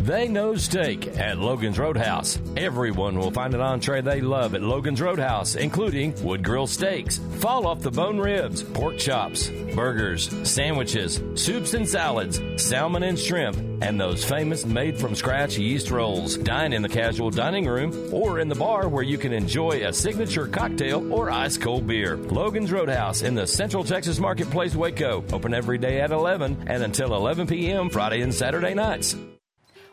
They know steak at Logan's Roadhouse. Everyone will find an entree they love at Logan's Roadhouse, including wood grill steaks, fall off the bone ribs, pork chops, burgers, sandwiches, soups and salads, salmon and shrimp, and those famous made from scratch yeast rolls. Dine in the casual dining room or in the bar where you can enjoy a signature cocktail or ice cold beer. Logan's Roadhouse in the Central Texas Marketplace, Waco. Open every day at 11 and until 11 p.m. Friday and Saturday nights.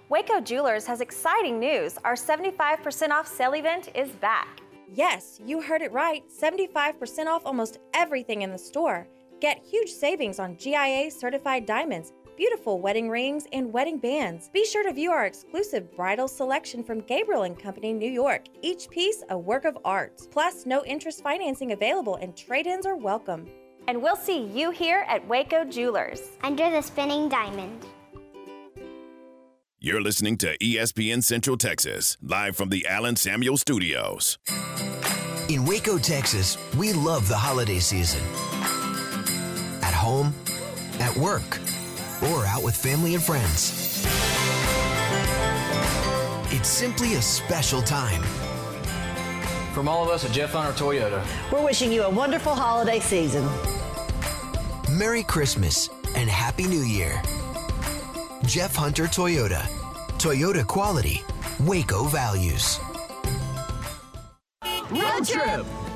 Waco Jewelers has exciting news. Our 75% off sale event is back. Yes, you heard it right 75% off almost everything in the store. Get huge savings on GIA certified diamonds beautiful wedding rings, and wedding bands. Be sure to view our exclusive bridal selection from Gabriel and Company, New York. Each piece a work of art. Plus, no interest financing available, and trade-ins are welcome. And we'll see you here at Waco Jewelers. Under the spinning diamond. You're listening to E ESPN Central Texas, live from the Allen Samuel Studios. In Waco, Texas, we love the holiday season. At home, at work, or out with family and friends. It's simply a special time. From all of us at Jeff Hunter Toyota. We're wishing you a wonderful holiday season. Merry Christmas and Happy New Year. Jeff Hunter Toyota. Toyota quality, Waco values. Road trip!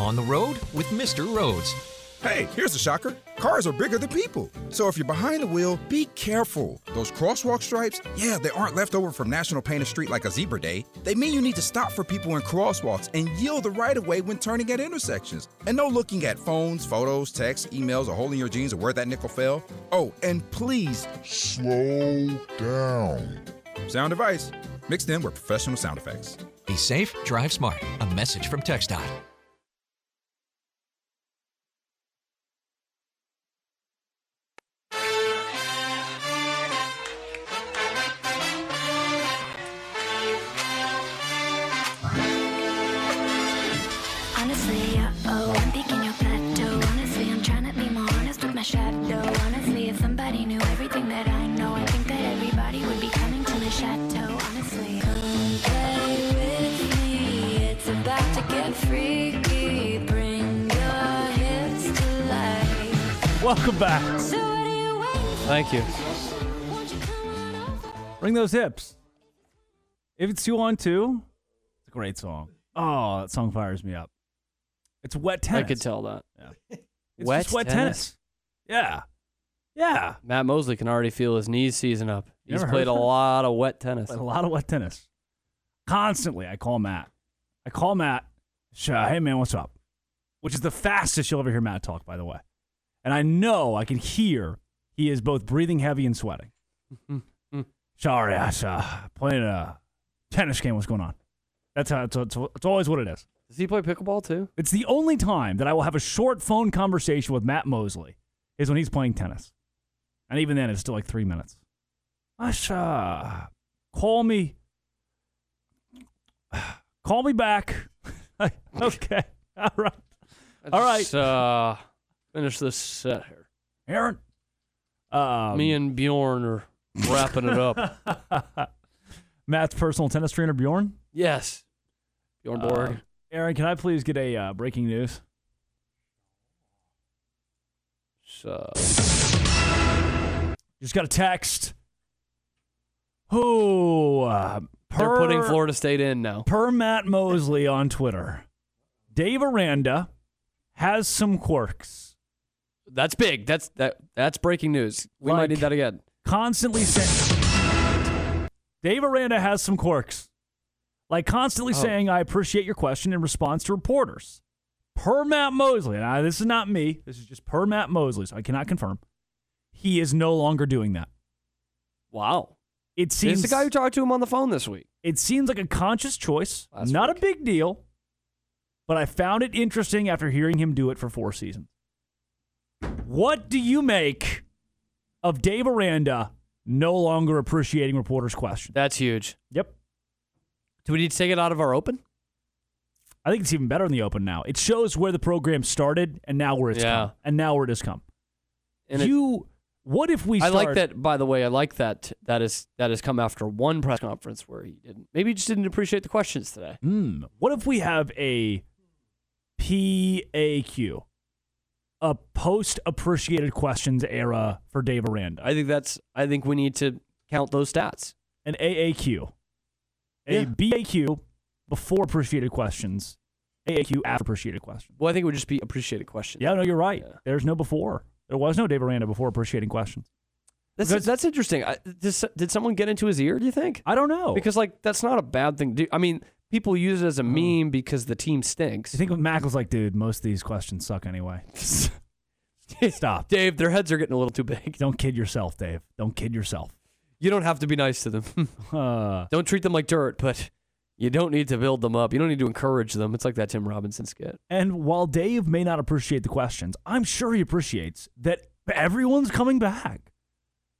On the road with Mr. Rhodes. Hey, here's a shocker. Cars are bigger than people. So if you're behind the wheel, be careful. Those crosswalk stripes, yeah, they aren't left over from National Paint a Street like a zebra day. They mean you need to stop for people in crosswalks and yield the right of way when turning at intersections. And no looking at phones, photos, texts, emails, or holding your jeans or where that nickel fell. Oh, and please slow down. Sound advice mixed in with professional sound effects. Be safe, drive smart. A message from TxDOT. Honestly, oh, I'm picking your pet toe. Honestly, I'm trying to be more honest with my shadow. Honestly, if somebody knew everything that I know, I think that everybody would be coming to the chateau. Honestly, come play with me. It's about to get freaky. Bring your hips to life. Welcome back. So what do you wait Thank you. Bring those hips. If it's two on two, it's a great song. Oh, that song fires me up. It's wet I tennis. could tell that. Yeah. It's just wet tennis. Yeah. Yeah. Matt Mosley can already feel his knees seizing up. You He's ever heard played a of that? lot of wet tennis. Played a lot of wet tennis. Constantly, I call Matt. I call Matt. sh- uh, Hey, man, what's up? Which is the fastest you'll ever hear Matt talk, by the way. And I know I can hear He is both breathing heavy and sweating. Sorry, I was uh, playing a tennis game. What's going on? That's how it's, it's, it's always what it is. Does he play pickleball too? It's the only time that I will have a short phone conversation with Matt Mosley is when he's playing tennis. And even then, it's still like three minutes. Asha, call me. Call me back. okay. All right. All right. Let's, uh, finish this set here. Aaron. Um, Me and Bjorn are wrapping it up. Matt's personal tennis trainer, Bjorn. Yes. Bjorn Borg. Uh, Aaron, can I please get a uh, breaking news? So. Just got a text. Oh, uh, They're per- putting Florida State in now. Per Matt Mosley on Twitter, Dave Aranda has some quirks. That's big. That's that. That's breaking news. We might Like- need that again. Constantly saying, Dave Aranda has some quirks. Like constantly Oh. saying, I appreciate your question in response to reporters. Per Matt Mosley, and I, this is not me, this is just per Matt Mosley, so I cannot confirm. He is no longer doing that. Wow. It He's seems the guy who talked to him on the phone this week. It seems like a conscious choice, not a big deal, but I found it interesting after hearing him do it for four seasons. What do you make of Dave Aranda no longer appreciating reporters' questions? That's huge. Yep. Do we need to take it out of our open? I think it's even better in the open now. It shows where the program started and now where it's Yeah. come. And now where it has come. And it- you, what if we I like start- that. By the way, I like that. That is that has come after one press conference where he didn't. Maybe he just didn't appreciate the questions today. Hmm. What if we have a PAQ, a post appreciated questions era for Dave Aranda, I think that's. I think we need to count those stats. an AAQ, a Yeah. BAQ before appreciated questions, AAQ after appreciated questions? Well, I think it would just be appreciated questions. Yeah, no, you're right. There's no before. There was no Dave Aranda before appreciating questions. That's that's interesting. I, did, s- did someone get into his ear? Do you think? I don't know. Because like that's not a bad thing. to do. I mean, people use it as a meme because the team stinks. I think Mac was like, dude, most of these questions suck anyway. Stop. Dave, their heads are getting a little too big. Don't kid yourself, Dave. Don't kid yourself. You don't have to be nice to them. don't treat them like dirt, but you don't need to build them up. You don't need to encourage them. It's like that Tim Robinson skit. And while Dave may not appreciate the questions, I'm sure he appreciates that everyone's coming back.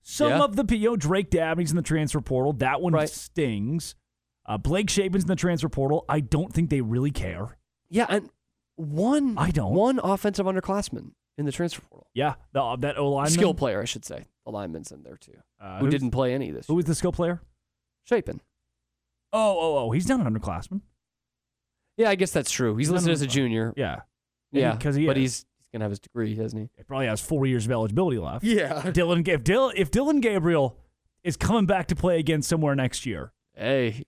Some Yeah. of the you know, Drake Dabney's in the transfer portal. That one stings. Uh, Blake Shapen's in the transfer portal. I don't think they really care. Yeah, and one I don't one offensive underclassman in the transfer portal, Yeah, the, uh, that O line skill player, I should say. The lineman's in there too, Uh, who who's- didn't play any this. Who was the skill player? Shapin. Oh, oh, oh! He's not an underclassman. Yeah, I guess that's true. He's He's listed not as a an underclassman. junior. Yeah, yeah, because he, but is. he's he's gonna have his degree, doesn't he? He probably has four years of eligibility left. Yeah. Dylan, if Dylan, if Dylan Gabriel is coming back to play again somewhere next year, Hey,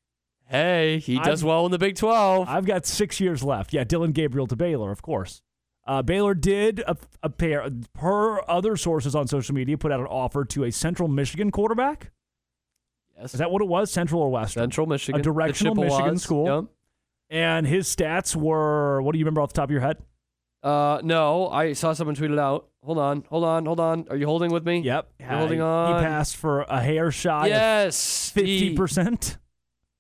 hey, he does I've- well in the Big Twelve. I've got six years left. Yeah, Dylan Gabriel to Baylor, of course. Uh, Baylor did a- appear, per other sources on social media, put out an offer to a Central Michigan quarterback. Yes. Is that what it was? Central or Western? Central Michigan, A directional The Michigan Chippewas, school. yep. And his stats were what do you remember off the top of your head? Uh, no, I saw someone tweet it out. Hold on, hold on, hold on. Are you holding with me? Yep, You're holding Uh, on. He passed for a hair shy. Yes, fifty percent.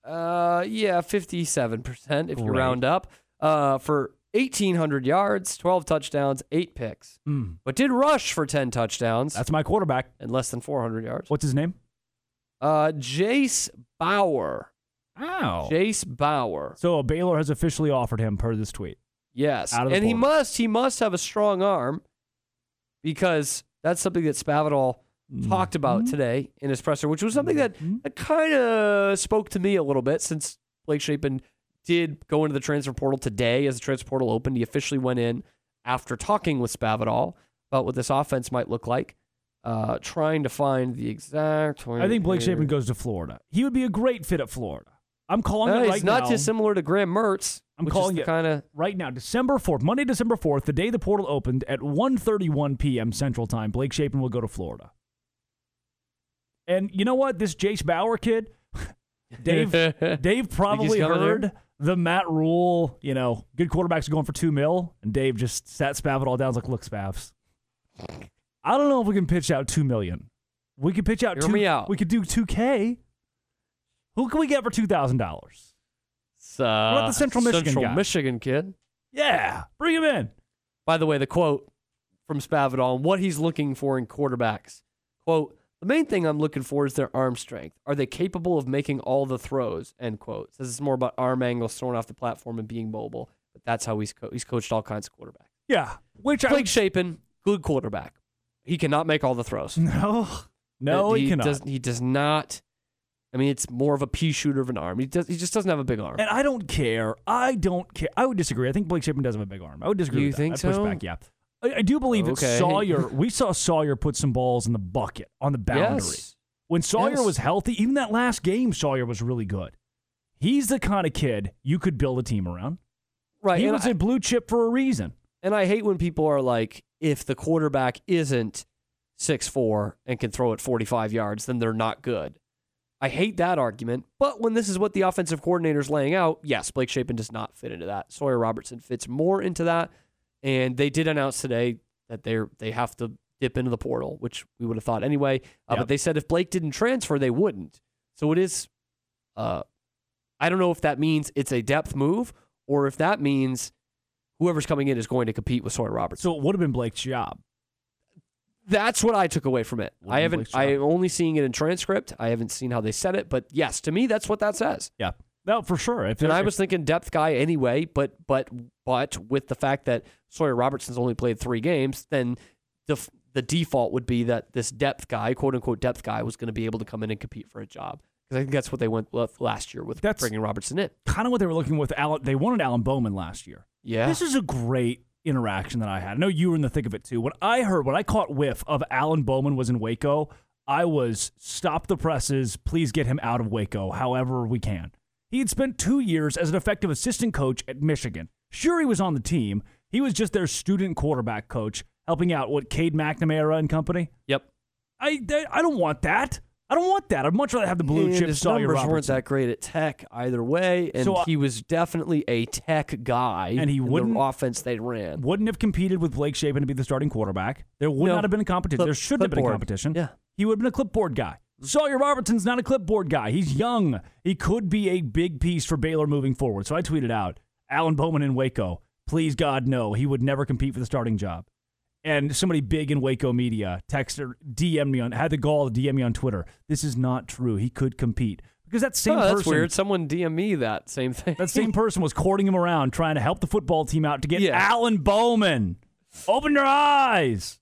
Uh, yeah, fifty-seven percent if you Great. round up. Uh, for eighteen hundred yards, twelve touchdowns, eight picks, but did rush for ten touchdowns. Hmm. That's my quarterback. And less than four hundred yards. What's his name? Uh, Jace Bauer. Ow. Jace Bauer. So Baylor has officially offered him per this tweet. Yes, Out of and the he portal. must he must have a strong arm because that's something that Spavital talked about Mm-hmm. today in his presser, which was something that, that kind of spoke to me a little bit since Blake Shapen did go into the transfer portal today as the transfer portal opened. He officially went in after talking with Spavital about what this offense might look like, uh, trying to find the exact. I think Blake Shapen Shapen goes to Florida. He would be a great fit at Florida. I'm calling it He's right Uh, not now. dissimilar to Graham Mertz. I'm which is calling the it kind of right now, December 4th, Monday, December 4th, the day the portal opened at 1:31 p.m. Central Time. Blake Shapen will go to Florida. And you know what? This Jace Bauer kid, Dave, Dave probably coming heard here? the Matt Rule. You know, good quarterbacks are going for two mil, and Dave just sat Spavital down. and was like, look, Spavs, I don't know if we can pitch out two million. We could pitch out Hear two. me out. We could do two k. Who can we get for two thousand dollars? It's, uh, about the Central Michigan Central guy? Michigan kid. Yeah, bring him in. By the way, the quote from Spavital on what he's looking for in quarterbacks. Quote, the main thing I'm looking for is their arm strength. Are they capable of making all the throws? End quote. Says it's more about arm angles thrown off the platform and being mobile. But that's how he's co- he's coached all kinds of quarterbacks. Yeah, which I Blake Shapen, good quarterback. He cannot make all the throws. No, no, he, cannot. Does, he does not. I mean, it's more of a pea shooter of an arm. He does. He just doesn't have a big arm. And I don't care. I don't care. I would disagree. I think Blake Shapen does have a big arm. I would disagree. You with think that. I so? push back. Yeah, I, I do believe Okay. that Sawyer. we saw Sawyer put some balls in the bucket on the boundary. Yes. When Sawyer Yes. was healthy, even that last game, Sawyer was really good. He's the kind of kid you could build a team around. Right, He and was I- a blue chip for a reason. And I hate when people are like, if the quarterback isn't six four and can throw it 45 yards, then they're not good. I hate that argument. But when this is what the offensive coordinator's laying out, yes, Blake Shapen does not fit into that. Sawyer Robertson fits more into that. And they did announce today that they're they have to dip into the portal, which we would have thought anyway. Uh, But Yep. they said if Blake didn't transfer, they wouldn't. So it is uh, I don't know if that means it's a depth move or if that means whoever's coming in is going to compete with Sawyer Robertson. So it would have been Blake's job. That's what I took away from it. be I haven't. Blake's job. I am only seeing it in transcript. I haven't seen how they said it, but yes, to me, that's what that says. Yeah. No, for sure. If And I if- was thinking depth guy anyway, but but but with the fact that Sawyer Robertson's only played three games, then the f- the default would be that this depth guy, quote unquote depth guy, was going to be able to come in and compete for a job because I think that's what they went left last year with That's- bringing Robertson in. kind of what they were looking with Alan. They wanted Alan Bowman last year. Yeah. This is a great interaction that I had. I know you were in the thick of it too. When I heard, when I caught whiff of Alan Bowman was in Waco, I was stop the presses. Please get him out of Waco, however we can. He had spent two years as an effective assistant coach at Michigan. Sure, he was on the team. He was just their student quarterback coach, helping out what Cade McNamara and company. Yep. I I don't want that. I don't want that. I'd much rather have the blue and chip his Sawyer numbers weren't Robertson. that great at tech either way, and So I- he was definitely a tech guy. And he in the wouldn't- offense they ran. wouldn't have competed with Blake Shapen to be the starting quarterback. There would No. not have been a competition. Clip- there shouldn't have been a clipboard. Mm-hmm. competition. Yeah. He would have been a clipboard guy. Sawyer Robertson's not a clipboard guy. He's young. He could be a big piece for Baylor moving forward. So I tweeted out, Alan Bowman in Waco. Please God no, he would never compete for the starting job. And somebody big in Waco media texted or DM me on had the gall to DM me on Twitter. This is not true. He could compete. Because that same oh, person that's weird. Someone DM me that same thing. that same person was courting him around, trying to help the football team out to get Yeah. Alan Bowman. Open your eyes.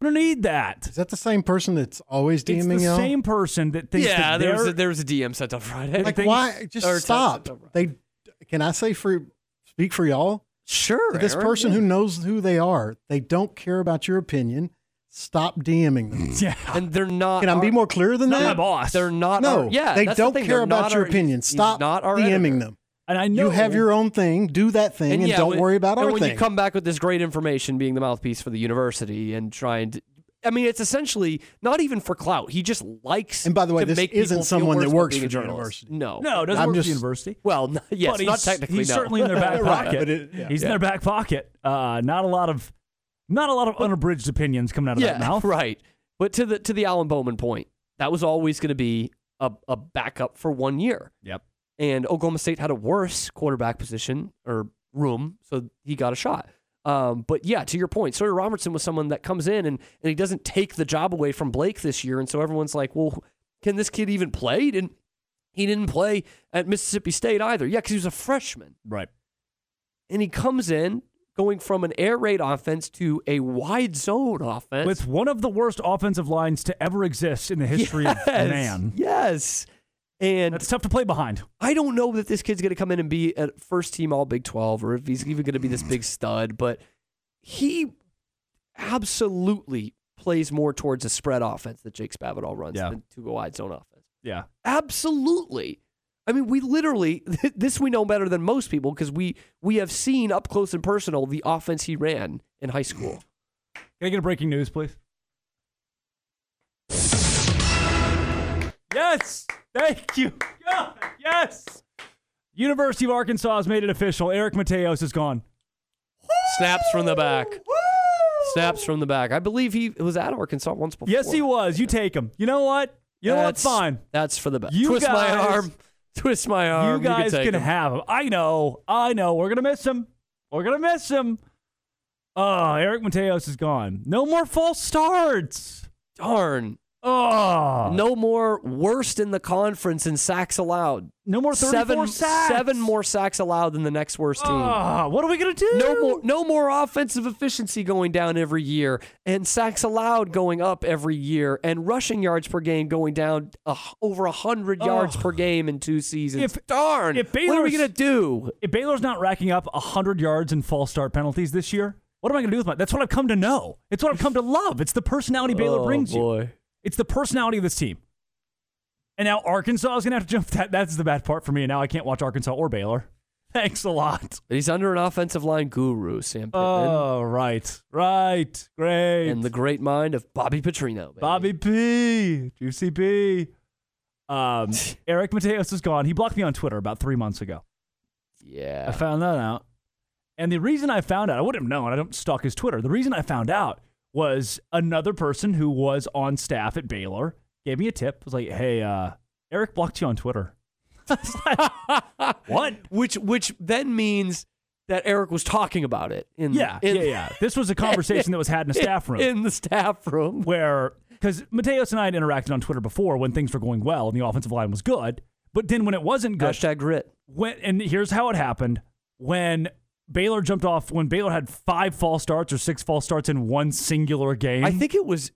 I don't need that. Is that the same person that's always DMing It's the y'all? same person that thinks yeah, that there was, they're a, there was a DM sent on Friday. Like thinks- why? or Just text stop. sent on- They can I say for speak for y'all? Sure. To this Aaron, person yeah. who knows who they are, they don't care about your opinion. Stop DMing them. And they're not. Can I be Hmm. our- more clear than not my that? boss. They're not. no, our- yeah, they that's the don't thing, care they're about not your our- opinion. he's Stop not our DMing editor. them. and I know You have your own thing. Do that thing, and, yeah, don't when- worry about and our when thing. you come back with this great information, being the mouthpiece for the university and trying to. I mean, it's essentially not even for clout. He just likes. And by the way, to this make isn't people feel someone that worse about works being a for the journalist. university. No, No, it doesn't I'm work just- for the university. Well, n- yes, but not he's- technically. He's no. certainly in their back Right, pocket. but it- yeah. He's in Yeah. their back pocket. Uh, not a lot of, not a lot of unabridged opinions coming out of yeah, that mouth. right. But to the to the Alan Bowman point, that was always going to be a, a backup for one year. Yep. And Oklahoma State had a worse quarterback position or room, so he got a shot. Um, but yeah, to your point, Sawyer Robertson was someone that comes in and, and he doesn't take the job away from Blake this year, and so everyone's like, well, can this kid even play? He didn't he didn't play at Mississippi State either? Yeah, because he was a freshman Right. and he comes in going from an air raid offense to a wide zone offense With one of the worst offensive lines to ever exist in the history of Yes, man. Yes. And That's tough to play behind. I don't know that this kid's going to come in and be a first team All Big 12 or if he's even going to be this big stud, but he absolutely plays more towards a spread offense that Jake Spavital runs Yeah. than to a wide zone offense. Yeah. Absolutely. I mean, we literally this we know better than most people because we we have seen up close and personal the offense he ran in high school. Can I get a breaking news, please? Yes! Thank you. Yeah, Yes! University of Arkansas has made it official. Eric Mateos is gone. Snaps from the back. Snaps from the back. I believe he was at Arkansas once before. Yes, he was. You take him. You know what? You know what? That's- Fine. That's for the best. You Twist my guys- arm. Twist my arm. you guys can, can, take him. have him. I know. I know. We're gonna miss him. We're gonna miss him. Oh, Eric Mateos is gone. No more false starts. Darn. Oh. No more worst in the conference in sacks allowed. No more 34 seven, sacks. Seven more sacks allowed than the next worst team. Ah, what are we gonna do? No more, no more offensive efficiency going down every year, and sacks allowed going up every year, and rushing yards per game going down uh, over hundred yards Ugh. per game in two seasons. If- Darn, If what are we Baylor's- gonna do? If Baylor's not racking up hundred yards and false start penalties this year, what am I gonna do with my? That's what I've come to know. It's what I've come to love. It's the personality Baylor Oh, brings you. boy. It's the personality of this team. And now Arkansas is gonna have to jump that. That's the bad part for me. And now I can't watch Arkansas or Baylor. Thanks a lot. He's under an offensive line guru, Sam Pittman, Oh, right, right, great. and the great mind of Bobby Petrino. man. Bobby P, Juicy P. Um, Eric Mateos is gone. He blocked me on Twitter about three months ago. Yeah. I found that out. And the reason I found out, I wouldn't have known. I don't stalk his Twitter. The reason I found out was another person who was on staff at Baylor gave me a tip. Was like, "Hey, uh, Eric blocked you on Twitter." what? Which which then means that Eric was talking about it. In, yeah, in- yeah, yeah. This was a conversation that was had in a staff room. In the staff room. where because Mateos and I had interacted on Twitter before when things were going well and the offensive line was good, but then when it wasn't good, Hashtag grit. When and here's how it happened: when Baylor jumped off, when Baylor had five false starts or six false starts in one singular game, I think it was.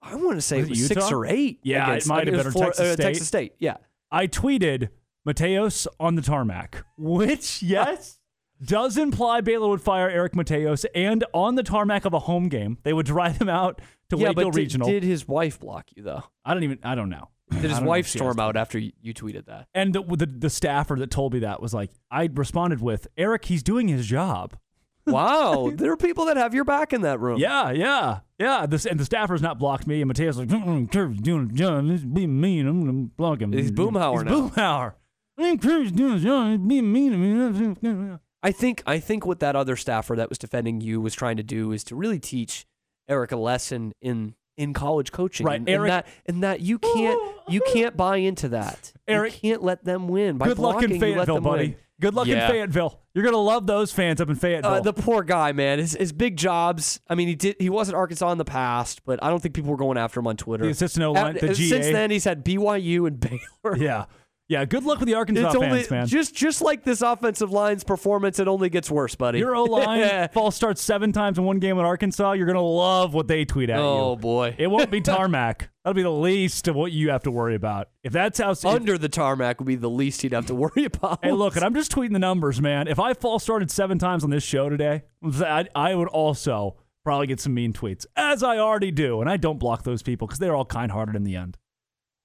I want to say Was it it was six Utah? or eight. Yeah, it against- might have was been, or four- Texas uh, State. Texas State. Yeah, I tweeted Mateos on the tarmac, which yes. Does imply Baylor would fire Eric Mateos, and on the tarmac of a home game, they would drive him out to yeah, Waco but did- Regional. Did, his wife block you though? I don't even. I don't know. I Did his don't know wife if she has storm to. out after you you tweeted that? And the, the the staffer that told me that was like, I responded with, Eric, he's doing his job. Wow, there are people that have your back in that room. Yeah, yeah, yeah. This and the staffer's not blocked me, and Mateus like, "Mm-mm, Kirby's doing his job. He's being mean. I'm gonna block him. He's Boomhauer Mm-hmm. He's now. Boomhauer. I think Kirby's doing his job. He's being mean. to me." I think I think what that other staffer that was defending you was trying to do is to really teach Eric a lesson in in college coaching. Right, and, Eric- and that and that you can't you can't buy into that. Eric- you can't let them win. By Good luck blocking, in you let Fayetteville, them buddy. win. Good luck Yeah. in Fayetteville. You're gonna love those fans up in Fayetteville. Uh, the poor guy, man. His, his big jobs. I mean, he did. He was at Arkansas in the past, but I don't think people were going after him on Twitter. The assistant O line, Af- the uh, Since GA. then, he's had BYU and Baylor. yeah, yeah. Good luck with the Arkansas It's only fans, man. just just like this offensive line's performance. It only gets worse, buddy. Your O line false starts seven times in one game in Arkansas. You're gonna love what they tweet at you. oh boy, It won't be tarmac. That'll be the least of what you have to worry about. If that's how. If, under the tarmac would be the least he'd have to worry about. hey, look, and I'm just tweeting the numbers, man. If I fall started seven times on this show today, I, I would also probably get some mean tweets, as I already do. And I don't block those people because they're all kind hearted in the end.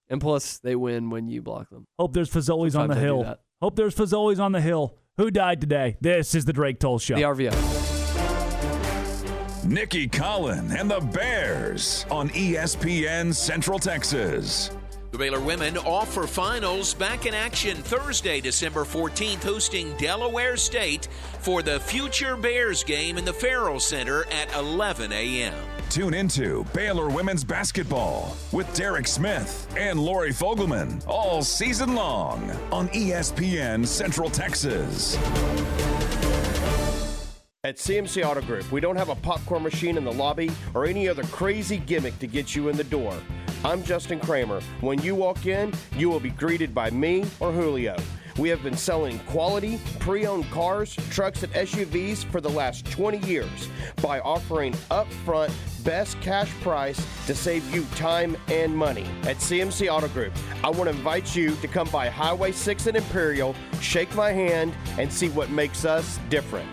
And plus, they win when you block them. Hope there's Fazoli's on the Sometimes I do hill. that. Hope there's Fazoli's on the hill. Who died today? This is the Drake Toll Show. The RVO. Nikki Collin and the Bears on E ESPN Central Texas. The Baylor women off for finals back in action Thursday, December 14th, hosting Delaware State for the Future Bears game in the Farrell Center at 11 a.m. Tune into Baylor Women's Basketball with Derek Smith and Lori Fogelman all season long on E ESPN Central Texas. At CMC Auto Group, we don't have a popcorn machine in the lobby or any other crazy gimmick to get you in the door. I'm Justin Kramer. When you walk in, you will be greeted by me or Julio. We have been selling quality, pre owned cars, trucks, and SUVs for the last 20 years by offering upfront best cash price to save you time and money. At CMC Auto Group, I want to invite you to come by Highway 6 and Imperial, shake my hand, and see what makes us different.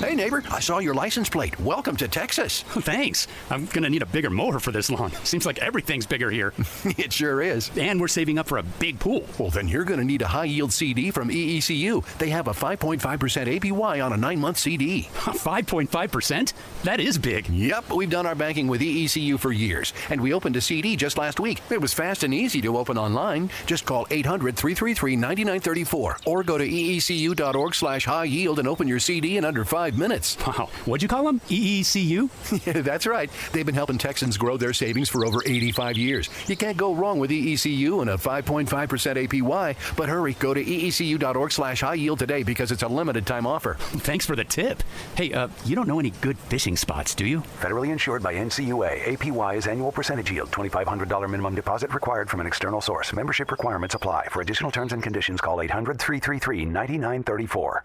Hey, neighbor, I saw your license plate. Welcome to Texas. Thanks. I'm going to need a bigger mower for this lawn. Seems like everything's bigger here. it sure is. And we're saving up for a big pool. Well, then you're going to need a high yield CD from E EECU. They have a 5.5% APY on a nine month CD. 5.5%? That is big. Yep, we've done our banking with E EECU for years, and we opened a CD just last week. It was fast and easy to open online. Just call 800 E 333 9934 or go to eecu.org slash high yield and open your CD in under five five minutes. Wow. What'd you call them? E EECU? yeah, that's right. They've been helping Texans grow their savings for over 85 years. You can't go wrong with E EECU and a 5.5% APY. But hurry, go to E EECU.org slash high yield today because it's a limited time offer. Thanks for the tip. Hey, uh, you don't know any good fishing spots, do you? Federally insured by NCUA. APY is annual percentage yield. $2,500 minimum deposit required from an external source. Membership requirements apply. For additional terms and conditions, call 800 333 9934.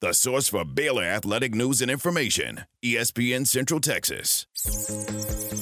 The source for Baylor athletic news and information, E ESPN Central Texas.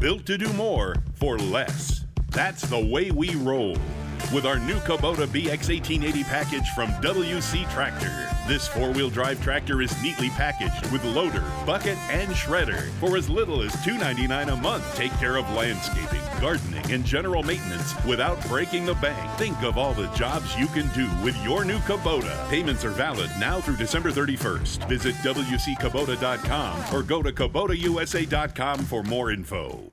Built to do more for less. That's the way we roll. With our new Kubota BX1880 package from WC Tractor. This four wheel drive tractor is neatly packaged with loader, bucket, and shredder for as little as $2.99 a month. Take care of landscaping, gardening, and general maintenance without breaking the bank. Think of all the jobs you can do with your new Kubota. Payments are valid now through December 31st. Visit WCKubota.com or go to KubotaUSA.com for more info.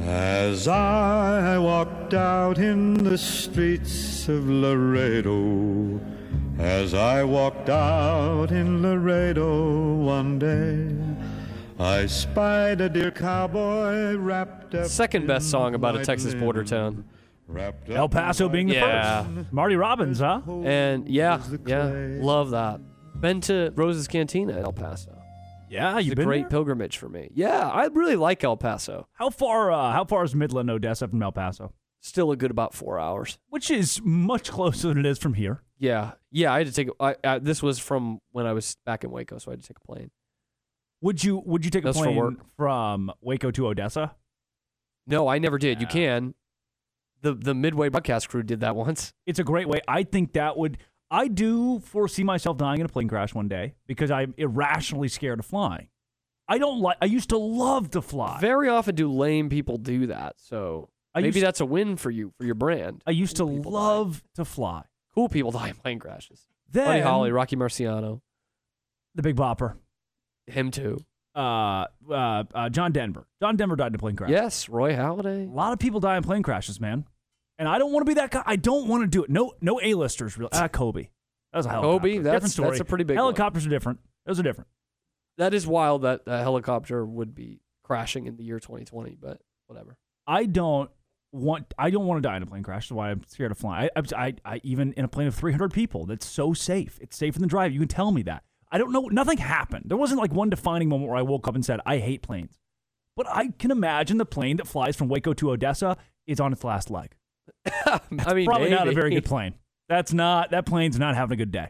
As I walked out in the streets of Laredo, as I walked out in Laredo one day, I spied a dear cowboy wrapped up. Second best song about a Texas border town. El Paso being the yeah. first. Marty Robbins, huh? And yeah, yeah, love that. Been to Rose's Cantina in El Paso. Yeah, It's you've a been great there? pilgrimage for me. Yeah, I really like El Paso. How far? Uh, how far is Midland, Odessa from El Paso? Still a good about four hours, which is much closer than it is from here. Yeah, yeah. I had to take. I, I, this was from when I was back in Waco, so I had to take a plane. Would you Would you take That's a for plane work. from Waco to Odessa? No, I never did. You can. The the Midway broadcast crew did that once. It's a great way. I think that would. I do foresee myself dying in a plane crash one day because I'm irrationally scared of flying. I don't like. I used to love to fly. Very often do lame people do that. So I maybe used- that's a win for you for your brand. I used to love to fly. Cool people die in plane crashes. Then Buddy Holly, Rocky Marciano, the Big Bopper, him too. uh, uh, uh, John Denver. John Denver died in a plane crash. Yes, Roy Halladay. A lot of people die in plane crashes, man. And I don't want to be that guy. I don't want to do it. No, no A-listers. Really. Ah, Kobe. That was a helicopter. Kobe, Different that's- story. that's a pretty big one. Helicopters are different. Those are different. That is wild that a helicopter would be crashing in the year 2020, but whatever. I don't want. I don't want to die in a plane crash. That's why I'm scared of flying. I, I, I, I even in a plane of 300 people. That's so safe. It's safer than drive. You can tell me that. I don't know. Nothing happened. There wasn't like one defining moment where I woke up and said, "I hate planes." But I can imagine the plane that flies from Waco to Odessa is on its last leg. I mean, Probably not a maybe. very good plane. That's not that plane's not having a good day.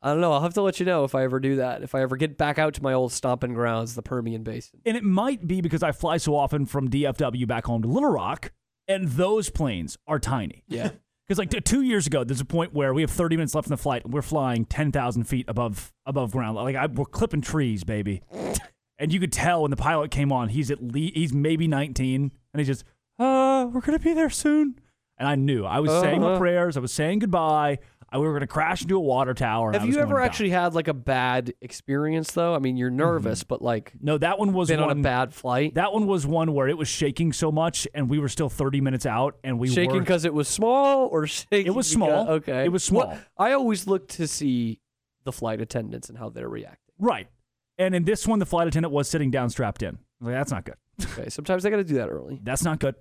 I don't know. I'll have to let you know if I ever do that. If I ever get back out to my old stomping grounds, the Permian Basin. And it might be because I fly so often from DFW back home to Little Rock, and those planes are tiny. Yeah. Because like t- two years ago, there's a point where we have 30 minutes left in the flight, and we're flying 10,000 feet above above ground. Like I, we're clipping trees, baby. And you could tell when the pilot came on, he's at least he's maybe 19, and he's just, uh, we're gonna be there soon. And I knew I was saying my Uh-huh. prayers, I was saying goodbye, I, we were gonna crash into a water tower. and I Have was you going ever down. actually had like a bad experience though? I mean, you're nervous, but like Mm-hmm. no, that one was been one, on a bad flight. That one was one where it was shaking so much, and we were still 30 minutes out, and we shaking were because it was small or shaking. It was because- small. okay, It was What- small. I always look to see the flight attendants and how they're reacting. right. And in this one, the flight attendant was sitting down, strapped in. I was like, that's not good. Okay, sometimes they got to do that early. That's not good.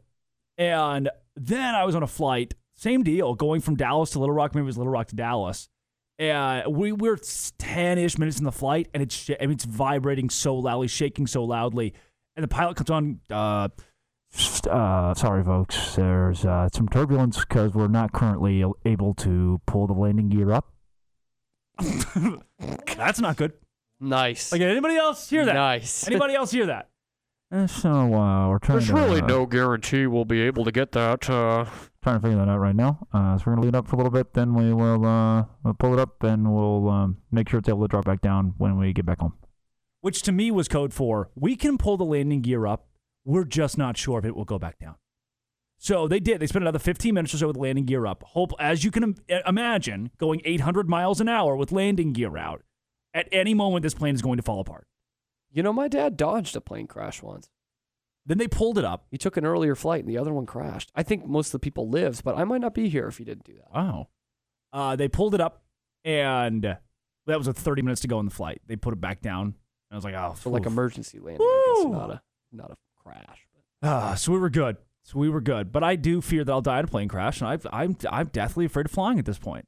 And then I was on a flight, same deal, going from Dallas to Little Rock. Maybe it was Little Rock to Dallas. And we were ten ish minutes in the flight, and it's sh- I mean, it's vibrating so loudly, shaking so loudly. And the pilot comes on. Uh, uh, sorry, folks. There's uh, some turbulence because we're not currently able to pull the landing gear up. That's not good. Nice. Like anybody else hear that? Nice. Anybody else hear that? so uh, we're trying There's to, really uh, no guarantee we'll be able to get that. Uh, trying to figure that out right now. Uh, so we're gonna leave it up for a little bit, then we will uh, we'll pull it up and we'll um, make sure it's able to drop back down when we get back home. Which to me was code for we can pull the landing gear up. We're just not sure if it will go back down. So they did. They spent another 15 minutes or so with landing gear up. Hope, as you can im- uh, imagine, going 800 miles an hour with landing gear out. At any moment, this plane is going to fall apart. You know, my dad dodged a plane crash once. Then they pulled it up. He took an earlier flight, and the other one crashed. I think most of the people lived, but I might not be here if he didn't do that. Wow. Uh, they pulled it up, and that was with 30 minutes to go in the flight. They put it back down. And I was like, oh, So like phew. emergency landing, I guess Woo! not a not a crash. Ah, so we were good. So we were good. But I do fear that I'll die in a plane crash, and I've, I'm I'm deathly afraid of flying at this point.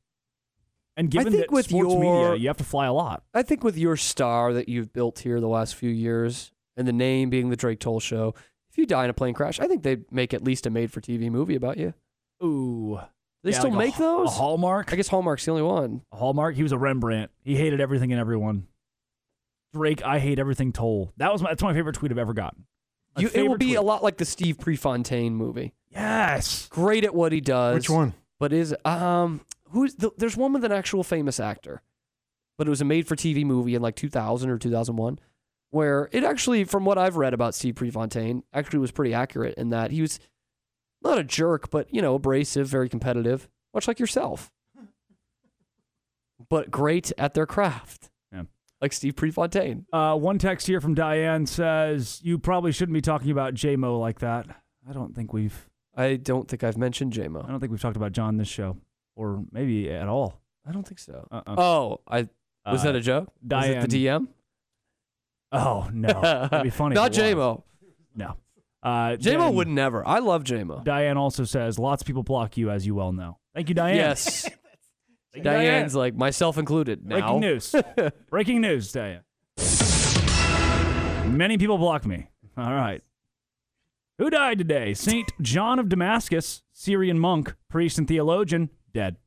And given think that with sports your- media, you have to fly a lot. I think with your star that you've built here the last few years, and the name being the Drake Toll Show, if you die in a plane crash, I think they'd make at least a made-for-TV movie about you. Ooh, They Yeah, still like a make Ha- those. A Hallmark. I guess Hallmark's the only one. Hallmark. He was a Rembrandt. He hated everything and everyone. Drake, I hate everything. Toll. That was my. That's my favorite tweet I've ever gotten. My You- it will favorite be tweet. a lot like the Steve Prefontaine movie. Yes, great at what he does. Which one? But is um who's the, there's one with an actual famous actor, but it was a made-for-TV movie in like 2000 or 2001, where it actually, from what I've read about Steve Prefontaine, actually was pretty accurate in that he was not a jerk, but you know, abrasive, very competitive, much like yourself, but great at their craft. Yeah. Like Steve Prefontaine. Uh, one text here from Diane says, "You probably shouldn't be talking about J-Mo like that." I don't think we've. I don't think I've mentioned J-Mo. I don't think we've talked about John this show, or maybe at all. I don't think so. Uh-uh. Oh, I was Uh, that a joke? Diane. Was it the DM? Oh no, that'd be funny. if Not it was. J-Mo. No. Uh, J-Mo then- would never. I love J-Mo. Diane also says, "Lots of people block you, as you well know." Thank you, Diane. Yes. Thank you, Diane's like myself included. Breaking Now. news. Breaking news, Diane. Many people block me. All right. Who died today? Saint John of Damascus, Syrian monk, priest, and theologian, dead.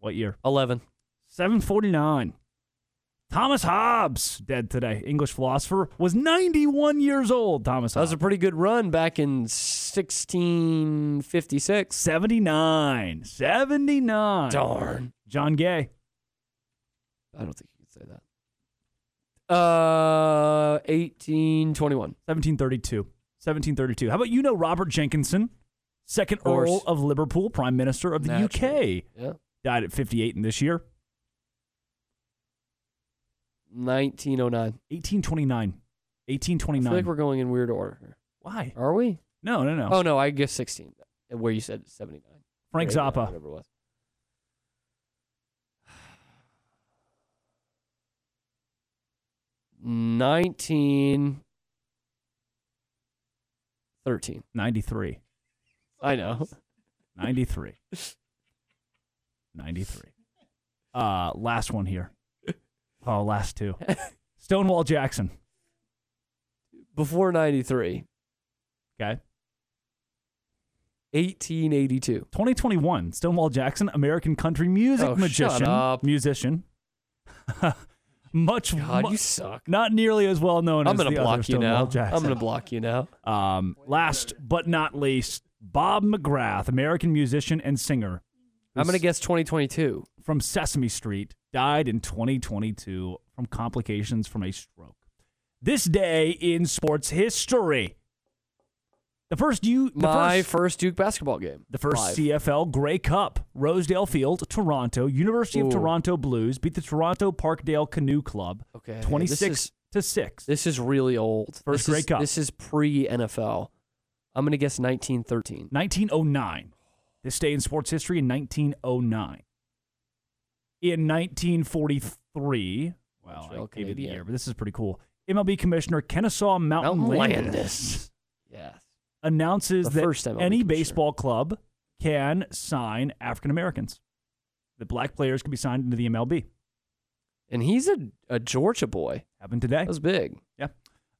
What year? 11. 749. Thomas Hobbes, dead today. English philosopher, was 91 years old, Thomas That was a pretty good run back in 1656. 79. 79. Darn. John Gay. I don't think you could say that. Uh, 1821. 1732. 1732. How about you know Robert Jenkinson, second Of course. Earl of Liverpool, Prime Minister of the UK? Yeah. Died at 58 in this year. 1909. 1829. I 1829. feel like we're going in weird order. Why? Are we? No, no, no. Oh, no. I guess 16, where you said 79. Frank Or 89, Zappa. Whatever it was. Nineteen thirteen. 93. I know. 93. 93. Uh, last one here. Oh, last two. Stonewall Jackson. before 93. Okay. 1882. 2021. Stonewall Jackson, American country music Oh, shut magician. up. Musician. Much. God, mu- you suck. Not nearly as well known I'm as gonna the other block you Stonewall now. Jackson. I'm gonna block you now. Um, last but not least, Bob McGrath, American musician and singer. I'm gonna guess 2022. From Sesame Street, died in 2022 from complications from a stroke. This day in sports history. The first you the My first, first Duke basketball game. The first Live. CFL Grey Cup, Rosedale Field, Toronto, University Ooh. of Toronto Blues beat the Toronto Parkdale Canoe Club Okay, this 26 is- to 6. This is really old. First this Grey is, Cup. This is pre NFL. I'm gonna guess 1913. 1909. This day in sports history in 1909. In 1943, well, I gave you the year, but this is pretty cool. MLB Commissioner Kennesaw Mountain, Mountain Landis, Landis. Yes. announces The that first MLB any commissioner. baseball club can sign African Americans. The black players can be signed into the MLB. And he's a, a Georgia boy. Happened today. That was big. Yeah.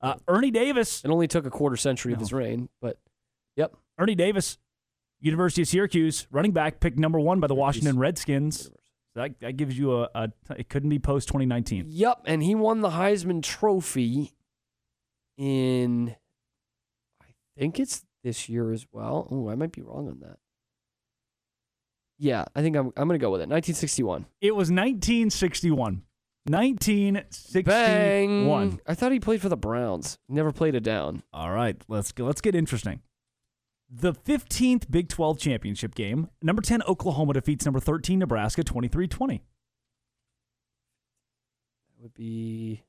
Uh, Ernie Davis. It only took a quarter century of his reign, but yep. Ernie Davis, University of Syracuse, running back, picked number one by the Washington Redskins. So that, that gives you a, a t- it couldn't be post 2019. Yep, and he won the Heisman Trophy in I think it's this year as well. Oh, I might be wrong on that. Yeah, I think I'm I'm gonna go with it. 1961. It was 1961. 1961. Bang! I thought he played for the Browns. Never played a down. All right, let's go, let's get interesting. The 15th Big 12 championship game. Number 10 Oklahoma defeats number 13 Nebraska 23-20. That would be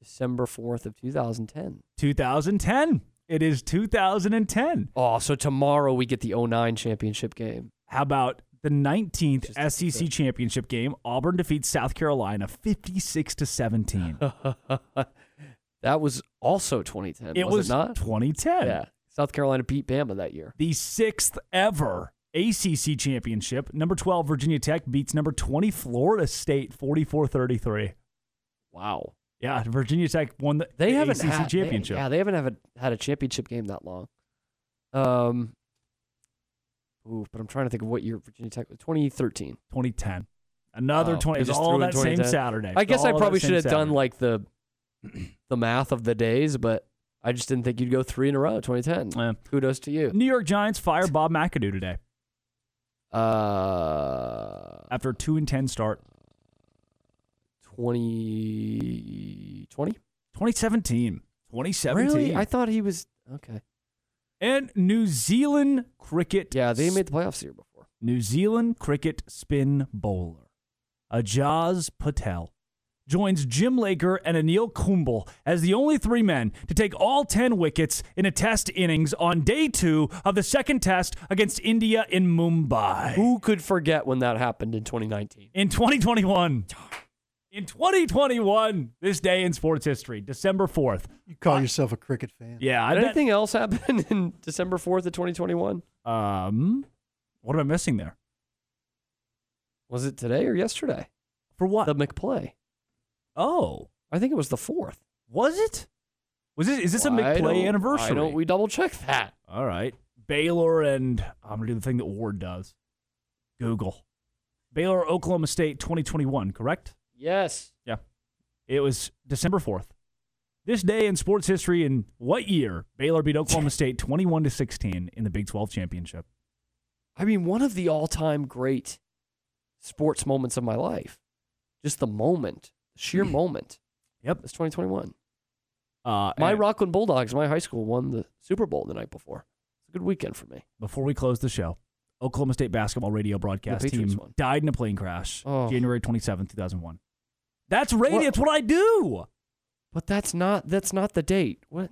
December 4th of 2010. 2010. It is 2010. Oh, so tomorrow we get the 09 championship game. How about the 19th SEC championship game? Auburn defeats South Carolina 56 to 17. that was also 2010. It was, was it not 2010. Yeah, South Carolina beat Bama that year. The sixth ever ACC championship. Number 12 Virginia Tech beats number 20 Florida State 44-33. Wow. Yeah, Virginia Tech won the They the haven't ACC had, they- championship. yeah, they haven't had a, had a championship game that long. Um, ooh, but I'm trying to think of what year Virginia Tech was. 2013, 2010. Another Oh, I 20 it was just all threw in that same 2010. Saturday. I guess I All that probably same should have done Saturday. like the the math of the days, but I just didn't think you'd go three in a row. 2010. Kudos to you. New York Giants fire Bob McAdoo today Uh, after a 2 and 10 start. 2020? 2017. 2017. Really? I thought he was okay. And New Zealand cricket. Yeah, they made the playoffs the year before. New Zealand cricket spin bowler Ajaz Patel joins Jim Laker and Anil Kumble as the only three men to take all 10 wickets in a test innings on day two of the second test against India in Mumbai. Who could forget when that happened in 2019? In 2021. In 2021, this day in sports history, December 4th. You call yourself a cricket fan? Yeah, I Did bet- anything else happen in December 4th of 2021? Um, what am I missing there? Was it today or yesterday? For what? The McPlay. Oh, I think it was the 4th. Was it? Was it? Is this a Why don't- McPlay why anniversary? don't we double check that? All right, Baylor and I'm gonna do the thing that Ward does. Google. Baylor, Oklahoma State, 2021. Correct? Yes. Yeah. It was December 4th. This day in sports history, in what year Baylor beat Oklahoma State 21 to 16 in the Big 12 championship? I mean, one of the all time great sports moments of my life. Just the moment, sheer moment. Mm. Yep. It's 2021. Uh, my and- Rockland Bulldogs, my high school, won the Super Bowl the night before. It's a good weekend for me. Before we close the show, Oklahoma State basketball radio broadcast The Patriots team won. died in a plane crash, Oh. January 27, 2001. That's radio. That's what I do. But that's not Uh, that's not the date. What?